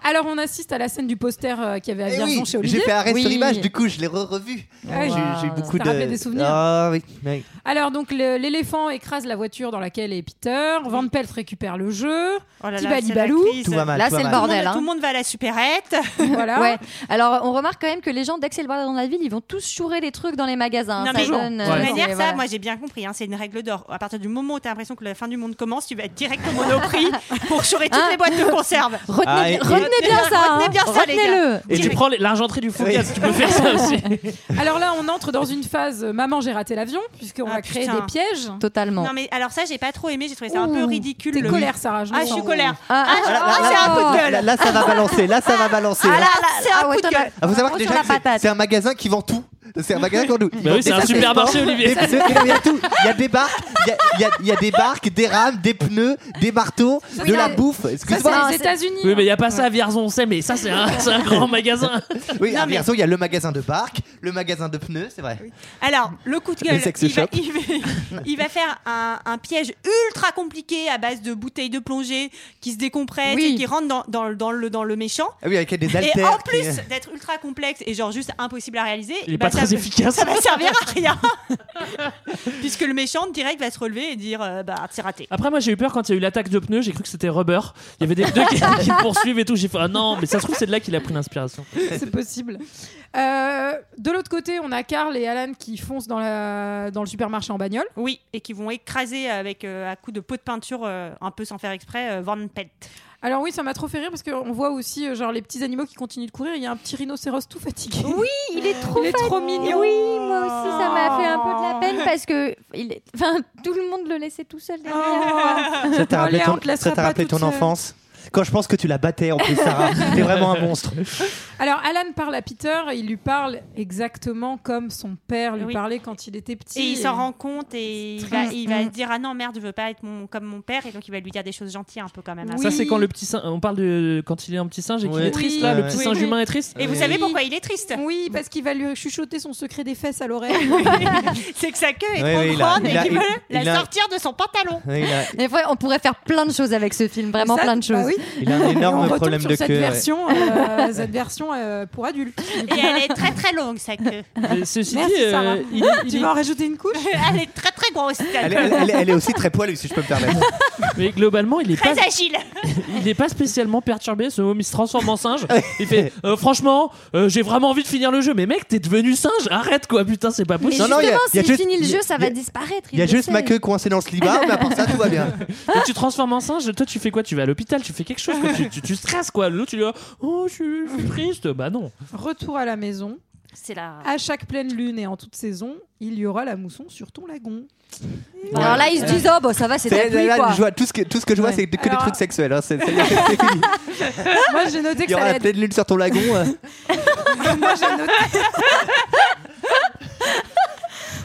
Alors, on assiste à la scène du poster euh, qu'il y avait à
Eh
Vierzon
oui,
chez
j'ai
Olivier.
fait arrêt sur
Oui. Ah,
image, du coup je l'ai re-revu.
Ouais,
J'ai-
j'ai-
J'ai eu beaucoup
Ça
de.
rappelait des souvenirs.
Ah oui, mec.
Alors, donc, le- l'éléphant écrase la voiture dans laquelle est Peter. Van Pelt récupère le jeu.
Oh là là,
Tibali
c'est
Balou.
la crise.
Tout va mal.
Là,
tout va
c'est le
mal.
Tout le monde-
Bordel, hein.
Tout le monde va à la supérette.
voilà.
Ouais. Alors, on remarque quand même que les gens d'Axel-Bordel dans la ville, ils vont tous chourer les trucs dans les magasins.
Non,
ça
mais
donne,
de
euh,
toute
Ouais.
manière,
c'est-
ça,
voilà.
moi j'ai bien compris, hein, c'est une règle d'or. À partir du moment où tu as l'impression que la fin du monde commence, tu vas être direct au
[laughs]
monoprix pour chourer toutes
Hein
les boîtes de conserve.
[laughs] Retenez,
Ah, et-
retenez bien ça. hein.
Retenez bien ça, les gars.
Retenez-le.
Et tu
Direct.
prends les- l'argenterie du fougas,
Oui.
tu peux faire ça [laughs] aussi.
Alors là, on entre dans une phase euh, maman, j'ai raté l'avion, puisqu'on
Ah,
va créer
putain.
des pièges.
Totalement.
Non, mais alors ça, j'ai pas trop aimé, j'ai trouvé ça un peu
Ouh,
ridicule.
T'es
le-
colère, Sarah. je le
Ah, je suis
sens.
colère.
Ah,
Ah,
ah,
je-
ah,
ah,
ah,
c'est un coup de gueule.
Là, là, ça va balancer, là ça va balancer.
Ah
là.
là là, c'est un
Ah ouais,
coup de
t'en
gueule.
Ah, faut savoir que
Gros sur
déjà,
la
c'est-
patate.
c'est un magasin qui vend tout. C'est un magasin qui vend tout. Ils
Bah
vendent
oui, c'est
des
un
accessoires,
supermarché, Olivier.
des pneus, Il y a tout. Il y a des barques, il y a- il y a, il y a des barques, des rames, des pneus, des marteaux, de
non,
la
mais-
bouffe.
Ça, c'est
Excuse-moi.
Non,
les
c'est-
États-Unis.
Oui, mais il y a pas ça à Vierzon, on sait, mais ça, c'est un, c'est un grand magasin.
Oui, à Vierzon, il y a le magasin de barques, le magasin de pneus, c'est vrai.
Alors, le coup de
Les
gueule,
sex
il va,
shops.
il va- il va faire un, un piège ultra compliqué à base de bouteilles de plongée qui se décompressent
Oui.
et qui rentrent dans, dans le- dans le, dans le méchant.
Ah oui, avec des haltères. euh,
Et en
qui-
[laughs] plus d'être ultra complexe et genre juste impossible à réaliser,
Il est
bah,
pas très
ça,
efficace.
ça va servir à rien. [laughs] Puisque le méchant direct va se relever et dire euh, bah c'est raté.
Après, moi, j'ai eu peur quand il y a eu l'attaque de pneus, j'ai cru que c'était rubber. Il y avait des pneus qui, [laughs] qui me poursuivent et tout. J'ai fait ah non, mais ça se trouve, c'est de là qu'il a pris l'inspiration.
hein. C'est possible. Euh, de l'autre côté, on a Karl et Alan qui foncent dans, la... dans le supermarché en bagnole.
Oui, et qui vont écraser avec euh, à coup de pot de peinture euh, un peu sans faire exprès euh, Van Pelt.
Alors oui, ça m'a trop fait rire parce qu'on voit aussi euh, genre les petits animaux qui continuent de courir. Il y a un petit rhinocéros tout fatigué.
Oui, il est trop
Il est trop
fatigué.
mignon.
Oui, moi aussi, ça m'a fait un peu de la peine parce que il est- enfin, tout le monde le laissait tout seul derrière.
Ça t'a
Oh,
rappelé
Léa, on
ton,
te laissera
ça t'a
pas
rappelé
toute
ton
seule.
enfance quand je pense que tu la battais en plus, Sarah, t'es vraiment un monstre.
Alors, Alan parle à Peter, et il lui parle exactement comme son père lui
Oui.
parlait quand il était petit.
Et il s'en rend compte et il
C'est
va,
triste.
il va
Mm.
se dire Ah non, merde, je veux pas être mon- comme mon père. Et donc il va lui dire des choses gentilles un peu quand même.
Ça, c'est quand le petit singe. On parle de quand il est un petit singe et qu'il
Oui.
est triste, là. Le
Oui.
petit
Oui.
singe
Oui.
humain est triste.
Et vous savez pourquoi il est triste
Oui, parce qu'il va lui chuchoter son secret des fesses à
[laughs]
l'oreille.
c'est que sa queue
est Oui, trop oui, il a- grande et il a- qu'il veut il- la il a-
sortir de son pantalon.
Ouais, [laughs] il a-
Des fois, on pourrait faire plein de choses avec ce film, vraiment
Ça,
plein de choses.
bah oui.
Il
[laughs]
a un
On
énorme
retombe
problème
sur
de
cette
queue. ouais.
version, euh, cette version euh, pour adultes.
[laughs] Et elle est très très longue sa queue.
Mais ceci
Merci,
dit, euh,
Sarah.
il est-
tu
il
vas en
est-
rajouter une couche
[laughs] Elle est très très grosse. cette
Elle, est-
queue.
elle- elle- elle est aussi très poilue, si je peux me permettre.
Mais globalement, il est
Très
pas.
agile.
il n'est pas spécialement perturbé. Ce homme, il se transforme en singe. Il fait euh, Franchement, euh, j'ai vraiment envie de finir le jeu. Mais mec, t'es devenu singe. Arrête quoi, putain, c'est pas
Mais
possible.
justement, s'il
juste-
finit le
il y a-
jeu, ça va
il y a-
disparaître.
Il y a
le
juste
sait.
ma queue coincée dans le slibard, mais à part ça, tout va bien.
Et tu te transformes en singe. Toi, tu fais quoi Tu vas à l'hôpital, tu fais quelque chose. quoi. Tu, tu, tu stresses quoi. L'autre, tu lui dis Oh, je suis- je suis triste. Bah non.
Retour à la maison.
C'est la.
À chaque pleine lune et en toute saison, il y aura la mousson sur ton
[laughs]
lagon.
Alors là, ils se disent, oh, bah ça va, c'est de la
C'est-
pluie,
là,
quoi.
je vois- tout, ce que, tout ce que je vois,
Ouais.
c'est que des
Alors-
trucs sexuels. hein, c'est-
[laughs]
c'est-
Moi, j'ai noté
Il
que
y
ça
aura
allait
la pleine lune sur ton lagon. euh.
être- Moi, j'ai noté... [laughs]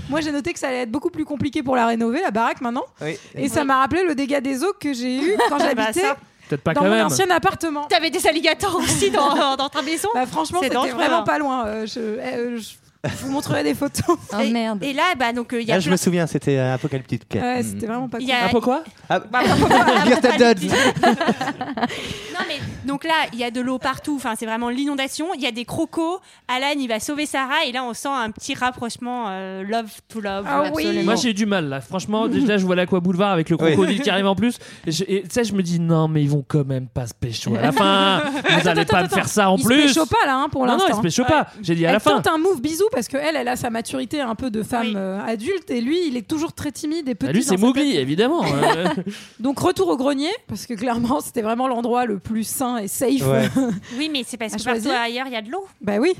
Moi, j'ai noté que ça allait être beaucoup plus compliqué pour la rénover, la baraque maintenant.
Oui.
Et ça m'a rappelé le dégât des eaux que j'ai eu quand j'habitais
ça,
Peut-être pas
dans
quand
mon
même.
ancien appartement.
T'avais des alligators aussi dans, dans ta maison.
Bah, franchement,
C'est
c'était
dangereux,
vraiment
hein.
pas loin. Euh, je, euh, je- je vous montrerai des photos.
Oh merde.
Et là, bah, donc, euh, il y a.
Là, je
plein-
me souviens, c'était euh, apocalyptique.
[laughs] Ouais, c'était vraiment pas
Il
cool.
y a- Un peu
quoi
Ah,
Bah, bah, [laughs] bah, bah,
[laughs] Beer Tap Dad.
Non, mais donc là, il y a de l'eau partout. Enfin, c'est vraiment l'inondation. Il y a des crocos. Alan, il va sauver Sarah. Et là, on sent un petit rapprochement euh, love to love.
Ah oui.
absolument.
Moi j'ai eu du mal là, franchement. Déjà, je vois l'Aqua Boulevard avec le
Oui.
crocodile qui arrive en plus. Et je- et tu sais, je me dis non, mais ils vont quand même pas se pécho à la fin. Vous allez pas me faire ça en
il
plus.
se pécho pas là hein, pour
non, non,
l'instant.
ils se pécho pas. Ah, J'ai dit à
elle
la fin.
tente un move bisou parce que elle, elle a sa maturité un peu de femme euh, adulte et lui, il est toujours très timide et
Bah,
petit.
lui, c'est
dans sa
Mowgli, évidemment. Euh,
tête. Donc retour au grenier parce que clairement, [laughs] c'était vraiment l'endroit le plus sain et safe.
Ouais.
Oui, mais c'est parce
À
que partout
choisir.
ailleurs, il y a de l'eau.
[laughs] bah oui.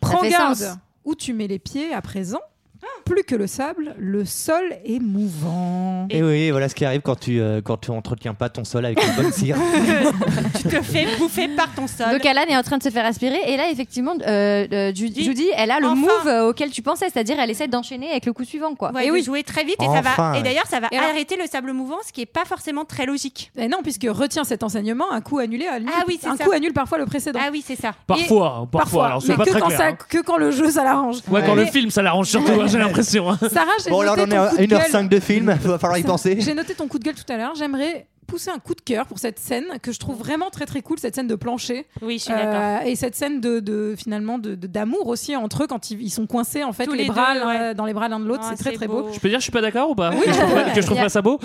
Prends
fait
garde
sens.
où tu mets les pieds à présent. Plus que le sable, le sol est mouvant.
Et oui, voilà ce qui arrive quand tu euh, quand tu entretiens pas ton sol avec une bonne cire.
tu
[laughs]
te fais bouffer par ton sol.
Donc Alan est en train de se faire aspirer et là effectivement euh, euh, Ju- Judy, elle a le
Enfin.
move euh, auquel tu pensais, c'est-à-dire elle essaie d'enchaîner avec le coup suivant quoi.
Ouais,
et
de
oui,
jouer très vite et ça
Enfin,
va.
ouais.
Et d'ailleurs, ça va
Eh Et alors-
arrêter le sable mouvant, ce qui est pas forcément très logique.
Et Eh non, puisque retient cet enseignement, un coup annulé, annule-
Ah oui, c'est
un
ça.
coup annule parfois le précédent.
Ah oui, c'est ça.
Parfois, hein, parfois, alors c'est
mais
pas
que,
très
quand
clair.
ça-
hein.
que quand le jeu ça l'arrange.
[laughs] Ouais, quand
Mais
le film, ça l'arrange surtout, hein, j'ai l'impression. hein.
Sarah, [laughs] j'ai
Bon, là, on
noté
en est
ton
à
coup de
1h05
gueule. [laughs]
de film, [laughs] va falloir y penser.
J'ai noté ton coup de gueule tout à l'heure. J'aimerais pousser un coup de cœur pour cette scène que je trouve vraiment très très cool, cette scène de plancher.
Oui, je suis d'accord.
Euh, et cette scène de, de- finalement de- de- d'amour aussi entre eux quand ils, ils sont coincés en fait
Tous
les,
les
bras
deux,
l'un-
ouais.
dans les bras l'un de l'autre,
Ah,
c'est très très beau.
Je peux dire, je suis pas d'accord ou pas que, je trouve pas que je trouve pas ça beau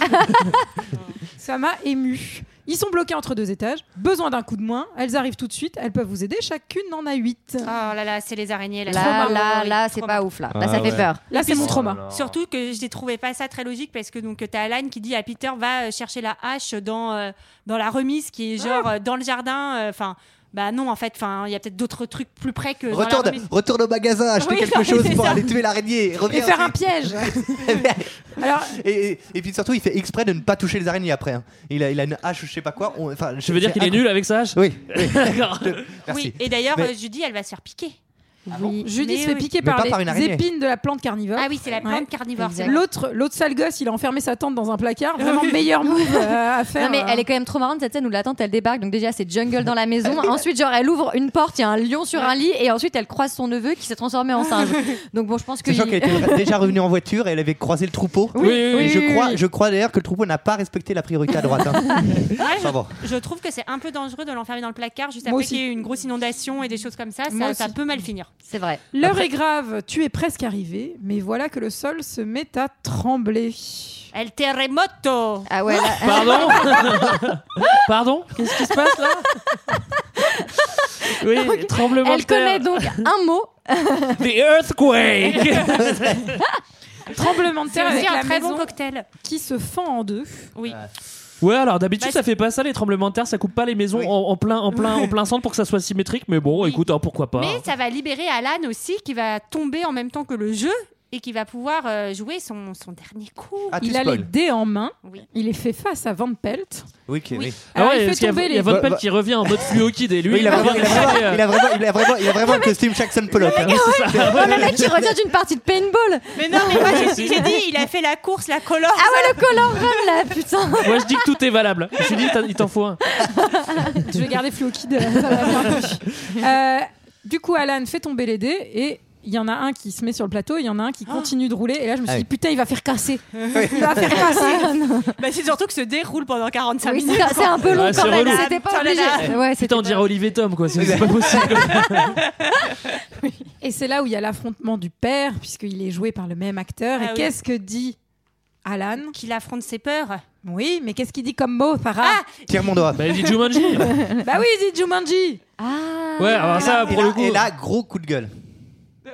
Ça m'a ému. Ils sont bloqués entre deux étages, besoin d'un coup de moins. Elles arrivent tout de suite, elles peuvent vous aider. Chacune en a huit.
Oh là là, c'est les araignées. Là,
là
Trop
là
marrant,
là
oui,
c'est
trop
pas
marrant.
ouf là,
Ah
là ça fait
ouais.
peur.
Oh Là, c'est mon trauma.
Surtout que je n'ai trouvé pas ça très logique parce que donc t'as Alan qui dit à Peter va euh, chercher la hache dans euh, dans la remise qui est genre euh, dans le jardin. Enfin bah non en fait enfin il y a peut-être d'autres trucs plus près
euh,
que dans la
Retourne,
remise.
retourne au magasin, acheter
[laughs]
Oui,
quelque
oui,
chose
c'est
pour
ça.
aller tuer l'araignée.
Et
euh,
Reviens
faire un
[laughs]
piège.
[laughs]
Alors,
Et, et- et puis surtout, il fait exprès de ne pas toucher les araignées après. hein. Il, a, il a une hache, ou je sais pas quoi. on- Enfin,
Tu veux dire qu'il est nul avec sa hache
Oui.
[laughs] D'accord.
Oui
Merci.
et d'ailleurs
Mais-
euh, Judy elle va se faire piquer.
Oui.
Judy
Mais
se fait
oui.
piquer
Mais pas
par
par
les
une araignée.
épines de la plante carnivore.
Ah oui Ah c'est la plante carnivore. c'est
Exact.
vrai.
L'autre, l'autre sale gosse, il a enfermé sa tante dans un placard. Vraiment meilleur move
[laughs]
euh, à faire.
Non mais elle est quand même trop marrante cette scène où la tante elle débarque donc déjà c'est jungle dans la maison ensuite genre elle ouvre une porte il y a un lion sur un lit et ensuite elle croise son neveu qui s'est transformé en singe donc bon je pense que
Sachant
il-
qu'elle était déjà revenue en voiture et elle avait croisé le troupeau.
Oui, oui,
Et
oui.
je crois, je crois d'ailleurs que le troupeau n'a pas respecté la priorité à droite. hein.
Ouais,
Enfin bon.
je, je trouve que c'est un peu dangereux de l'enfermer dans le placard juste
Moi
après
aussi.
qu'il y ait eu une grosse inondation et des choses comme ça.
Moi
Ça, ça
aussi.
peut mal finir.
c'est vrai
L'heure est grave, tu es presque arrivé, mais voilà que le sol se met à trembler.
El terremoto.
ah ouais là-
Pardon Pardon Qu'est-ce qui se passe là Oui, tremblement de
elle connaît
terre.
donc un mot
The earthquake
Tremblement de
C'est
terre avec
aussi un
la
très
maison
bon cocktail.
qui se fend en deux.
Oui.
Ouais, alors d'habitude
Bah,
ça fait pas ça les tremblements de terre, ça coupe pas les maisons en, en plein en plein en plein centre pour que ça soit symétrique, mais bon, écoute, hein, pourquoi pas.
Mais ça va libérer Alan aussi qui va tomber en même temps que le jeu et qui va pouvoir euh, jouer son, son dernier coup.
Ah, tu
il a
spoil.
les dés en main.
Oui.
Il est fait face à Van Pelt.
Oui, qui- oui. Bah,
Alors, il fait
Ah parce qu'il y a-
tomber
il y a
les-
Van Pelt qui revient en mode fluo kid et lui.
Oui, il, a
va
vraiment,
bien
il, a vraiment,
essayer, euh,
il a vraiment- il a vraiment- il a vraiment un costume Jackson Pollock. hein.
Oh, le mec qui revient d'une partie de paintball.
Ah
Mais non, mais moi j'ai j'ai dit, il a fait la course, la color.
Ah ouais, le color run là, putain.
[laughs] Moi je dis que tout est valable. Je dis t'as- il t'en faut un.
[laughs] Je vais garder Flo Kid, ça va
[laughs]
bien. Euh, du coup, Alan fait tomber les dés et il y en a un qui se met sur le plateau, il y en a un qui continue de rouler. Et là, je me
Ah
suis
oui.
dit, putain, il va faire
[laughs]
casser. Il va faire casser.
Ah, Bah, c'est surtout que se déroule pendant 45
Oui,
minutes.
c'est- c'est un peu long
Ah,
quand
c'est
même.
relou.
C'était pas
Oh là
obligé.
là.
Ouais,
Putain, on dirait Olivier Tom quoi, c'est c'est pas possible.
Et c'est là où il y a l'affrontement du père, puisqu'il est joué par le même acteur.
Ah
et
oui.
qu'est-ce que dit Alan
Qu'il affronte ses peurs.
Oui, mais qu'est-ce qu'il dit comme mot, Farah
Ah,
Tire mon doigt.
Bah, il dit Jumanji.
Ah.
Bah oui, il dit Jumanji
Ouais, alors ça
Et
pour
là-
le coup. Euh,
Et là, gros coup de gueule.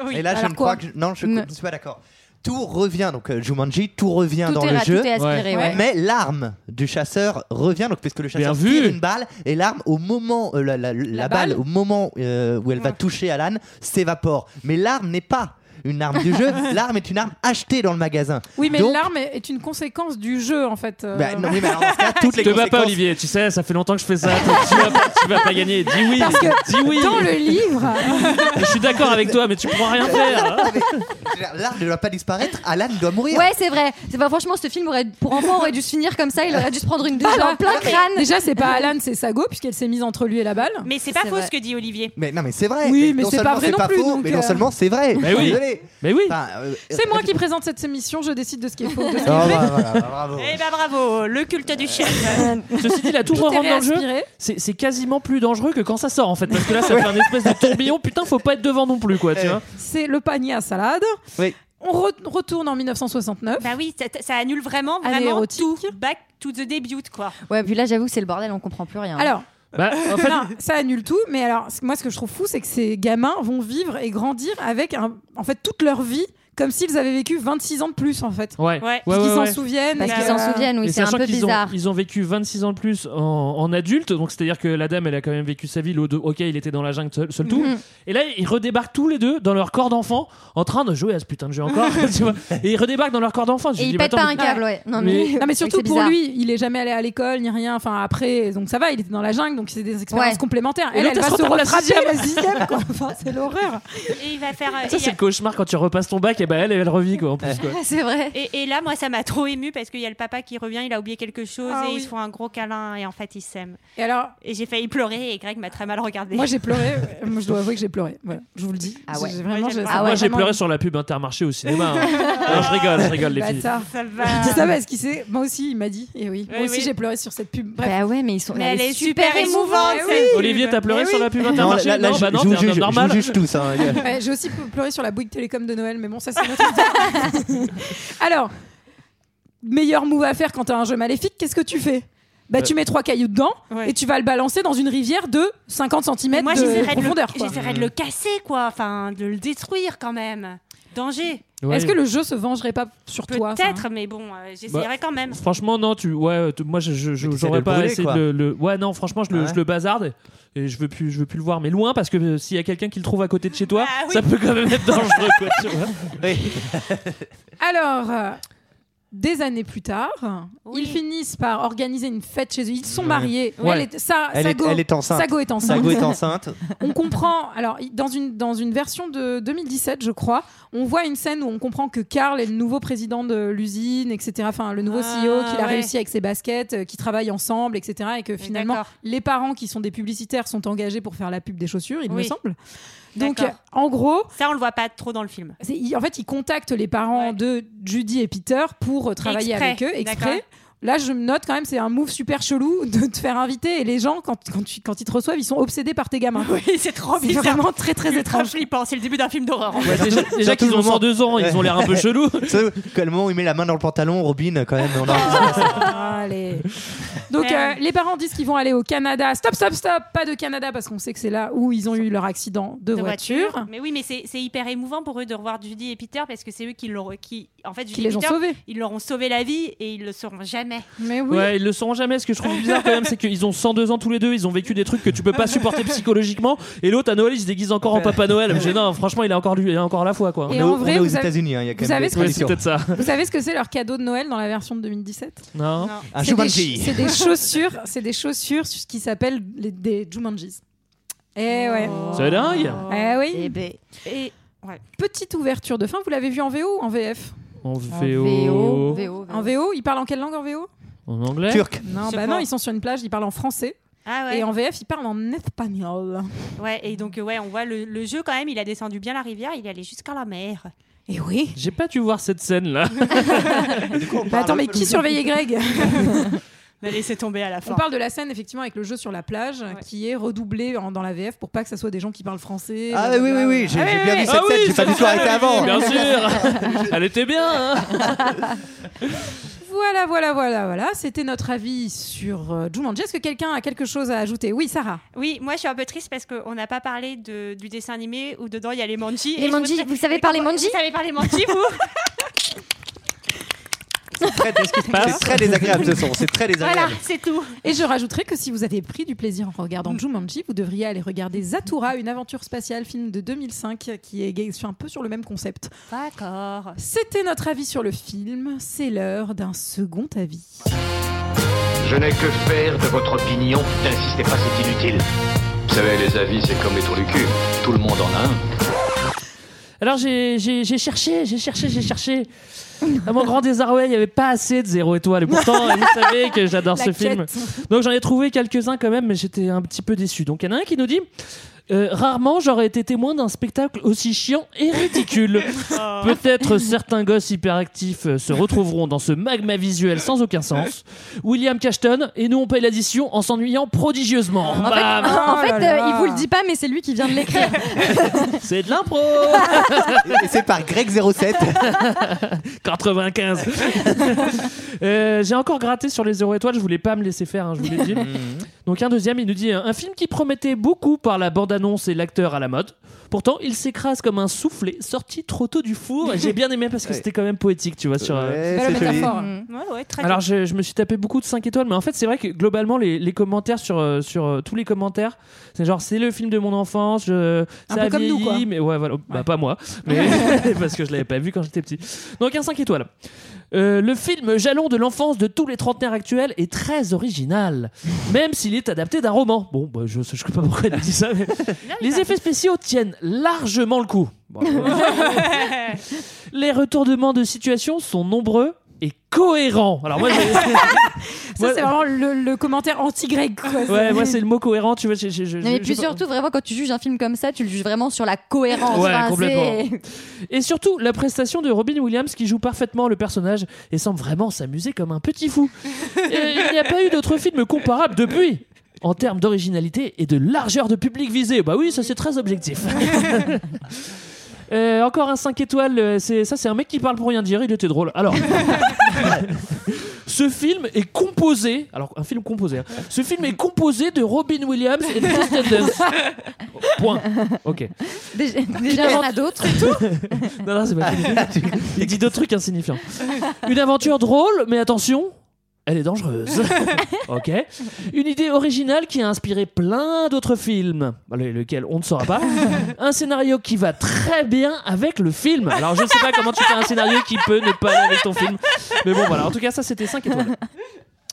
Oui.
Et là, je
Alors
ne
quoi
crois que. Non, je ne suis pas d'accord. Tout revient, donc euh, Jumanji, tout revient
Tout
dans
est
le
ra-
jeu.
tout est aspiré, Ouais. ouais.
Mais l'arme du chasseur revient, donc puisque le chasseur
Bien vu.
tire une balle, et l'arme, au moment, euh, la, la- la balle,
balle
au moment euh, où elle va toucher Alan, s'évapore. Mais l'arme n'est pas une arme du
[laughs]
jeu, l'arme est une arme achetée dans le magasin.
Oui, mais
Donc-
l'arme est est une conséquence du jeu, en fait. euh.
Bah, non, oui, mais alors, dans
[laughs]
ce cas, toutes les
Te bats pas
conséquences-
Olivier, tu sais, ça fait longtemps que je fais ça. Donc, tu, vas pas, tu vas pas gagner. Dis oui,
Parce que
dis oui.
Dans le livre,
Je suis d'accord avec toi, mais tu pourras rien faire.
L'arme ne doit pas disparaître, Alan doit
[laughs]
mourir.
Ouais, c'est vrai. C'est pas franchement ce film aurait pour enfants aurait dû se finir comme ça, il aurait dû se prendre une balle en plein crâne.
déjà, c'est pas Alan, c'est Sago, puisqu'elle s'est mise entre lui et la balle.
Mais c'est pas
C'est
faux
vrai.
ce que dit Olivier.
Mais non, mais c'est vrai.
Oui, mais
Non
c'est pas
seulement
vrai non plus,
faux,
donc,
mais
euh,
non seulement c'est vrai.
Mais
Je suis
oui.
désolé.
Mais oui.
Enfin, euh,
C'est moi qui présente cette émission, je décide de ce qui est faux. de ce qui
Oh,
est vrai.
bah, voilà, bravo.
Eh bah bravo, le culte du [laughs] Euh, chef.
Ceci dit, la tour
Tout est
rentre dans le jeu.
réaspiré.
C'est c'est quasiment plus dangereux que quand ça sort en fait, parce que là ça fait un espèce de tourbillon. Putain, faut pas être devant non plus quoi, tu
Eh.
vois.
C'est le panier à salade.
Oui.
On re- retourne en 1969.
bah oui, ça, ça annule vraiment,
Elle est
vraiment
érotique.
tout. Back to the debut, quoi.
Ouais, puis là j'avoue que c'est le bordel, on comprend plus rien.
Alors,
Bah, en fait,
non, ça annule tout, mais alors, c- moi, ce que je trouve fou, c'est que ces gamins vont vivre et grandir avec, un- en fait, toute leur vie, comme s'ils avaient vécu 26 ans de plus, en fait.
ouais.
Ouais.
Parce qu'ils
ouais,
s'en
ouais.
souviennent.
parce
et
qu'ils
que-
s'en souviennent, oui,
Et
c'est un
sachant
peu
qu'ils ont,
bizarre.
ils ont vécu 26 ans de plus en, en adulte, donc c'est-à-dire que la dame, elle a quand même vécu sa vie, l'autre, ok, il était dans la jungle seul, seul tout.
Mhm.
Et là, ils redébarquent tous les deux dans leur corps d'enfant, en train de jouer à ce putain de jeu encore, [laughs] tu vois. Et ils redébarquent dans leur corps d'enfant. Je
Et
dis,
ils
bah,
pètent
attends,
pas un
mais-
câble, ouais. Non
Mais-
mais
Non mais
c'est vrai que
surtout
c'est
pour
bizarre.
lui, il est jamais allé à l'école ni rien. Enfin après, donc ça va, il était dans la jungle, donc c'est des expériences
Ouais.
complémentaires.
Et
elle,
l'autre,
elle va
elle se
se
retape la
rattraper
sixième.
la sixième, quoi. Enfin, c'est l'horreur.
Et il va faire. euh,
Ça,
et-
c'est le cauchemar quand tu repasses ton bac, et bah elle, elle revit quoi en plus. Quoi.
Ouais, C'est vrai.
Et, et là, moi, ça m'a trop ému parce qu'il y a le papa qui revient, il a oublié quelque chose
Ah
et
oui.
ils se font un gros câlin et en fait, ils s'aiment.
Et alors,
Et j'ai failli pleurer et Greg m'a très mal regardé.
moi j'ai pleuré. Euh, moi, je dois avouer que j'ai pleuré. Voilà, je vous le dis.
Ah ouais.
J'ai vraiment, j'ai-
Ah ouais,
Moi, j'ai
vraiment-
pleuré sur la pub Intermarché au cinéma. hein. Non, je rigole, je rigole, les filles.
Bâtard.
ça va.
Ah.
Je dis ça parce qu'il sait. Moi aussi, il m'a dit. Et oui.
Oui,
Moi aussi,
oui.
j'ai pleuré sur cette pub. Bref.
Bah ouais, mais ils sont
Mais elle est super émouvante.
Eh oui.
cette-
Olivier, t'as pleuré
Eh
sur
oui.
la pub
Non,
Intermarché
là, là,
Non,
je-
bah non,
je vous
t'es un
juge,
homme normal.
je vous juge tous. hein, les [laughs] gars.
Ouais, j'ai aussi pleuré sur la Bouygues Télécom de Noël, mais bon, ça c'est notre
[laughs]
histoire. Alors, meilleur move à faire quand t'as un jeu maléfique, qu'est-ce que tu fais bah,
Euh.
tu mets trois cailloux dedans
Ouais.
et tu vas le balancer dans une rivière de 50 cm
moi,
de
j'essaierais de,
profondeur.
le-
quoi.
j'essaierais de le casser, quoi. Enfin, de le détruire quand même. Danger.
Ouais.
Est-ce que le jeu se vengerait pas sur toi ça, hein
Peut-être, mais bon, euh,
Bah,
j'essaierais quand même.
Franchement, non, tu. Ouais, tu- moi, je- je- je-
Mais t'essaies de
j'aurais
le
pas
brûler,
essayé de
quoi.
le, le- Ouais, non, franchement, je le,
Ah ouais.
je le bazarde et je veux, plus, je veux plus le voir, mais loin parce que euh, s'il y a quelqu'un qui le trouve à côté de chez toi,
Ah oui.
ça peut quand même être dangereux, quoi, tu vois.
Alors, euh, des années plus tard,
Oui.
ils finissent par organiser une fête chez eux. Ils sont mariés.
Ouais.
Elle est, ça,
Elle,
Sago,
est, elle est enceinte.
Sago est enceinte.
Sago est enceinte.
[laughs] on comprend, alors il- dans une, dans une version de 2017, je crois, on voit une scène où on comprend que Karl est le nouveau président de l'usine, etc. Enfin, le nouveau
Ah,
CEO qu'il a
ouais.
réussi avec ses baskets, euh, qui travaillent ensemble, etc. Et que finalement,
d'accord.
les parents qui sont des publicitaires sont engagés pour faire la pub des chaussures, il me
Oui.
semble. Donc,
D'accord.
euh, en gros,
Ça, on le voit pas trop dans le
[laughs]
film.
c'est- il- en fait, ils contactent les parents
Ouais.
de Judy et Peter pour euh, travailler
Exprès,
avec eux,
d'accord.
exprès. Là, je me note quand même, c'est un move super chelou de te faire inviter. Et les gens, quand, quand, tu- quand ils te reçoivent, ils sont obsédés par tes
[laughs]
gamins.
Oui, c'est trop
[laughs] C'est
bizarre.
vraiment très très
Ultra
étrange.
flippant. C'est le début d'un film d'horreur.
Bah, déjà
surtout-
déjà
surtout
qu'ils
le
ont
moment-
102 ans, ils ont l'air un peu
[laughs]
chelous.
Sauf que le moment où il met la main dans le pantalon, Robin, quand même. on a-
Allez. Donc euh, les parents disent qu'ils vont aller au Canada. Stop, stop, stop, pas de Canada parce qu'on sait que c'est là où ils ont eu leur accident de,
de
voiture,
Mais oui, mais c'est c'est hyper émouvant pour eux de revoir Judy et Peter parce que c'est eux qui l'ont qui en fait Judy
qui
et
les ont
Peter,
sauvés.
ils leur ont sauvé la vie et ils le sauront jamais.
jamais.
Mais
Ouais, ils le sauront jamais. Ce que je trouve bizarre quand même, c'est qu'ils ont 102 ans tous les deux, ils ont vécu des trucs que tu peux pas supporter psychologiquement. Et l'autre à Noël, il se déguise encore en Papa Noël. Mais non, franchement, il est encore lui, il est encore à la fois quoi.
Et On est en au- vrai, on est aux vous avez-
États-Unis, hein, il y a quand
vous même savez des ce que-
Ouais, c'est peut-être ça.
Vous savez ce que c'est leur cadeau de Noël dans la version de 2017
Non.
Un
C'est des
Jumanji.
ch- C'est des chaussures, c'est des chaussures ce qui s'appellent les- des Jumanjis. Eh ouais.
C'est dingue.
Eh oui.
Eh ben.
Et petite ouverture de fin, vous l'avez vu en VO ou en VF
On
VO.
VO.
En VO, ils parlent en quelle langue en VO
En anglais.
Non,
Bah Je
bah
sais
non,
pas.
ils sont sur une plage, ils parlent en français. Et en VF, ils parlent en espagnol.
ah Ouais, et donc, euh, ouais, on voit le, le jeu quand même, il a descendu bien la rivière, il est allé jusqu'à la mer.
Et oui.
J'ai pas dû voir cette scène
[laughs]
là.
Bah attends, mais qui surveillait Greg
Mais laissez tomber à la fin.
On parle de la scène effectivement avec le jeu sur la plage qui est redoublé en- dans la VF pour pas que ça soit des gens qui parlent français.
Ah oui, oui, oui, oui, j'ai-
Ah
j'ai bien vu cette
Ah oui,
scène, j'ai pas du tout arrêté avant.
Bien sûr. Elle était bien. hein.
Voilà, voilà, voilà, voilà. C'était notre avis sur euh, Jumanji. Est-ce que quelqu'un a quelque chose à ajouter Oui, Sarah.
Oui, moi je suis un peu triste parce qu'on n'a pas parlé de- du dessin animé où dedans il y a les manji.
Les manji, vous savez parler manji
Vous savez parler manji,
[laughs]
vous
C'est très désagréable ce son, c'est très
Voilà,
désagréable.
c'est tout.
Et je rajouterai que si vous avez pris du plaisir en regardant Jumanji, vous devriez aller regarder Zatura, une aventure spatiale, film de 2005 qui est gay- sur- un peu sur le même concept.
D'accord.
C'était notre avis sur le film. C'est l'heure d'un second avis.
Je n'ai que faire de votre opinion. N'insistez pas, c'est inutile. Vous savez, les avis, c'est comme les trous du cul. Tout le monde en a un.
Alors j'ai j'ai- j'ai cherché, j'ai cherché, j'ai cherché. À mon grand désarroi, il n'y avait pas assez de zéro étoile.
[laughs]
Et pourtant, vous savez que j'adore
La
ce film. Donc j'en ai trouvé quelques-uns quand même, mais j'étais un petit peu déçu. Donc il y en a un qui nous dit. euh, rarement j'aurais été témoin d'un spectacle aussi chiant et ridicule. [laughs] Ah. Peut-être certains gosses hyperactifs euh, se retrouveront dans ce magma visuel sans aucun sens. William Cashton et nous on paye l'addition en s'ennuyant prodigieusement.
En fait,
Bam.
Ah
en fait, euh, il vous le dit pas, mais c'est lui qui vient de
[laughs]
l'écrire.
C'est de l'impro
[laughs] Et c'est par
[laughs]
Greg07.
95 [laughs] Euh, J'ai encore gratté sur les 0 étoiles, je voulais pas me laisser faire, hein, je vous l'ai [laughs] dit. Donc un deuxième, il nous dit euh, un film qui promettait beaucoup par la bande-annonce et l'acteur à la mode. Pourtant, il s'écrase comme un soufflé sorti trop tôt du four. Et J'ai bien aimé parce que c'était quand même poétique, tu vois. Sur, euh,
Ouais, c'est joli.
Mm.
Ouais, ouais, très
alors
bien.
je, je me suis tapé beaucoup de 5 étoiles, mais en fait c'est vrai que globalement les, les commentaires sur, euh, sur euh, tous les commentaires, c'est genre c'est le film de mon enfance, je,
Un peu
ça a
comme nous,
vieilli,
quoi.
mais ouais voilà, bah pas moi, mais
[laughs]
parce que je l'avais pas vu quand j'étais petit. Donc un 5 étoiles. Euh, le film Jalon de l'enfance de tous les trentenaires actuels est très original, même s'il est adapté d'un roman. Bon, bah, je ne sais pas pourquoi il a dit ça. mais- Les effets spéciaux tiennent largement le coup. Bon, les retournements de situation sont nombreux et cohérents. Alors moi, j'ai-
Ça,
Ouais.
c'est vraiment le, le commentaire anti-grec. quoi.
ouais, moi c'est le mot cohérent, tu vois. j'ai- j'ai- j'ai-
Non, mais
j'ai-
puis
j'ai-
surtout, vraiment, quand tu juges un film comme ça, tu le juges vraiment sur la cohérence.
Ouais,
Enfin,
complètement.
c'est-
Et surtout, la prestation de Robin Williams qui joue parfaitement le personnage et semble vraiment s'amuser comme un petit fou. Et il n'y a pas eu d'autres films comparables depuis. En termes d'originalité et de largeur de public visé, bah oui, ça c'est très objectif. Euh, encore un 5 étoiles, euh, c'est ça c'est un mec qui parle pour rien dire, il était drôle. Alors, ce film est composé, alors un film composé, hein. ce film est composé de Robin Williams et de Kirsten Dunst. Point. Ok.
[laughs]
[laughs] Déjà, déjà, il y en a [laughs] d'autres.
Non, non, c'est pas fini. Il dit d'autres trucs insignifiants. Une aventure drôle, mais attention, elle est dangereuse. ok. Une idée originale qui a inspiré plein d'autres films, Bah, le- lequel on ne saura pas. Un scénario qui va très bien avec le film. Alors, je ne sais pas comment tu fais un scénario qui peut ne pas aller avec ton film. Mais bon, voilà. En tout cas, ça, c'était 5 étoiles.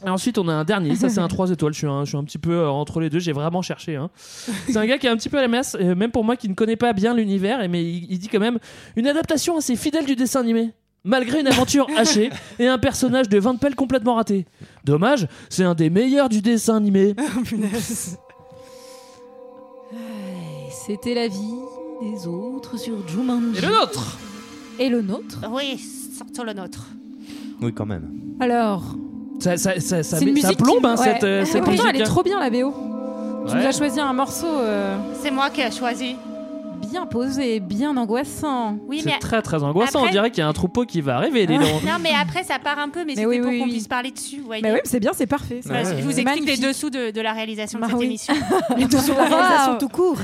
Et ensuite, on a un dernier. Ça, c'est un 3 étoiles. Je suis un, je suis un petit peu euh, entre les deux. J'ai vraiment cherché. hein. C'est un gars qui est un petit peu à la masse, euh, même pour moi qui ne connais pas bien l'univers. et Mais il, il dit quand même une adaptation assez fidèle du dessin animé. Malgré une aventure hachée et un personnage de Van Pelt complètement raté. Dommage, c'est un des meilleurs du dessin animé.
C'était la vie des autres sur Jumanji.
Et le nôtre
Et le nôtre
Oui, sortons le nôtre.
Oui, quand même.
Alors,
Ça, ça, ça, ça,
c'est une
met- ça
musique. qui-
plombe, hein,
ouais.
cette, euh,
Et
cette
pourtant,
musique.
elle est
hein.
trop bien, la BO. Tu
Ouais.
nous as choisi un morceau euh,
C'est moi qui ai choisi.
bien posé, bien angoissant.
Oui, mais.
C'est très très angoissant. On
Après-
dirait qu'il y a un troupeau qui va arriver, dis donc.
Non, mais après ça part un peu, mais,
Mais
c'était
oui,
pour
oui,
qu'on
oui.
puisse parler dessus, vous voyez.
Mais oui, mais c'est bien, c'est parfait.
Voilà, je vous
C'est
explique
magnifique.
les dessous de, de la réalisation
[laughs] Bah
de cette
oui.
émission.
Les deux sur la réalisation
Wow.
tout court.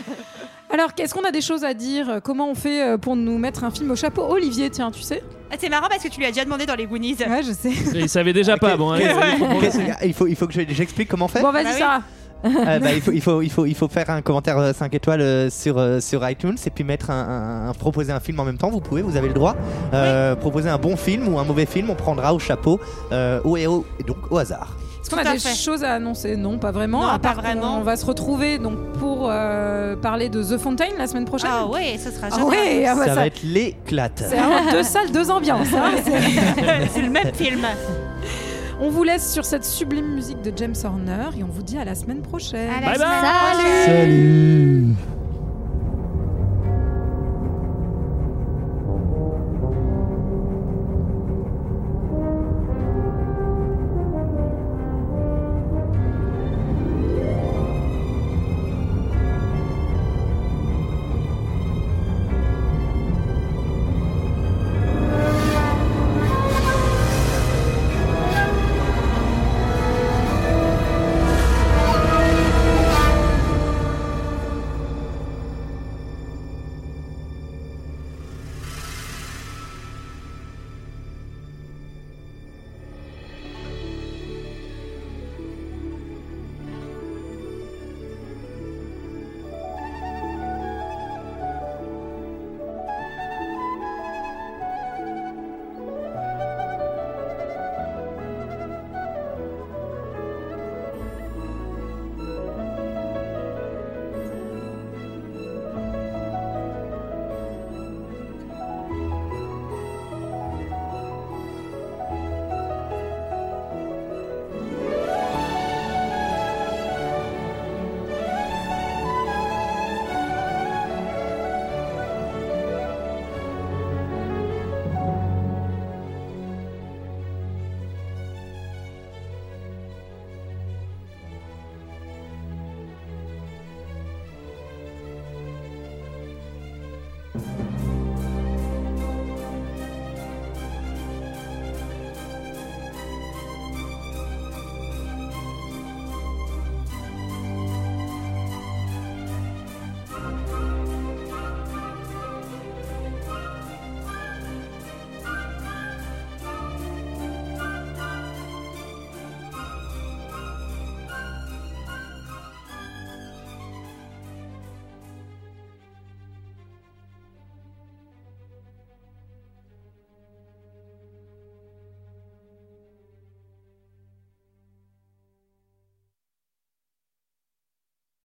[laughs] Alors, qu'est-ce qu'on a des choses à dire Comment on fait euh, pour nous mettre un film au chapeau Olivier, tiens, tu sais
Ah, C'est marrant parce que tu lui as déjà demandé dans les Goonies.
Ouais, je sais.
Il savait déjà pas. Bon, hein. allez, allez, faut
Qu'est-ce-
progresser.
il, faut, il faut que je- j'explique comment faire
Bon,
Bah
vas-y, Sarah.
Euh, bah, il, faut, il, faut, il, faut, il faut faire un commentaire 5 étoiles euh, sur, euh, sur iTunes et puis mettre un, un- un- proposer un film en même temps. Vous pouvez, vous avez le droit. Euh, Proposer un bon film ou un mauvais film, on prendra au chapeau, euh, au et au, et donc au hasard.
Est-ce qu'on a
Tout à
des
fait.
choses à annoncer Non, pas vraiment.
Non,
à
pas
part
vraiment.
qu'on- On va se retrouver donc pour euh, parler de The Fontaine la semaine prochaine.
Ah ouais, ce sera
Ah
génial.
ouais, ah bah
ça
ça-
va être l'éclate.
C'est
[laughs]
vraiment deux salles, deux ambiances. hein.
C'est le même film.
On vous laisse sur cette sublime musique de James Horner et on vous dit à la semaine prochaine.
À la Bye
semaine bye.
Salut.
Salut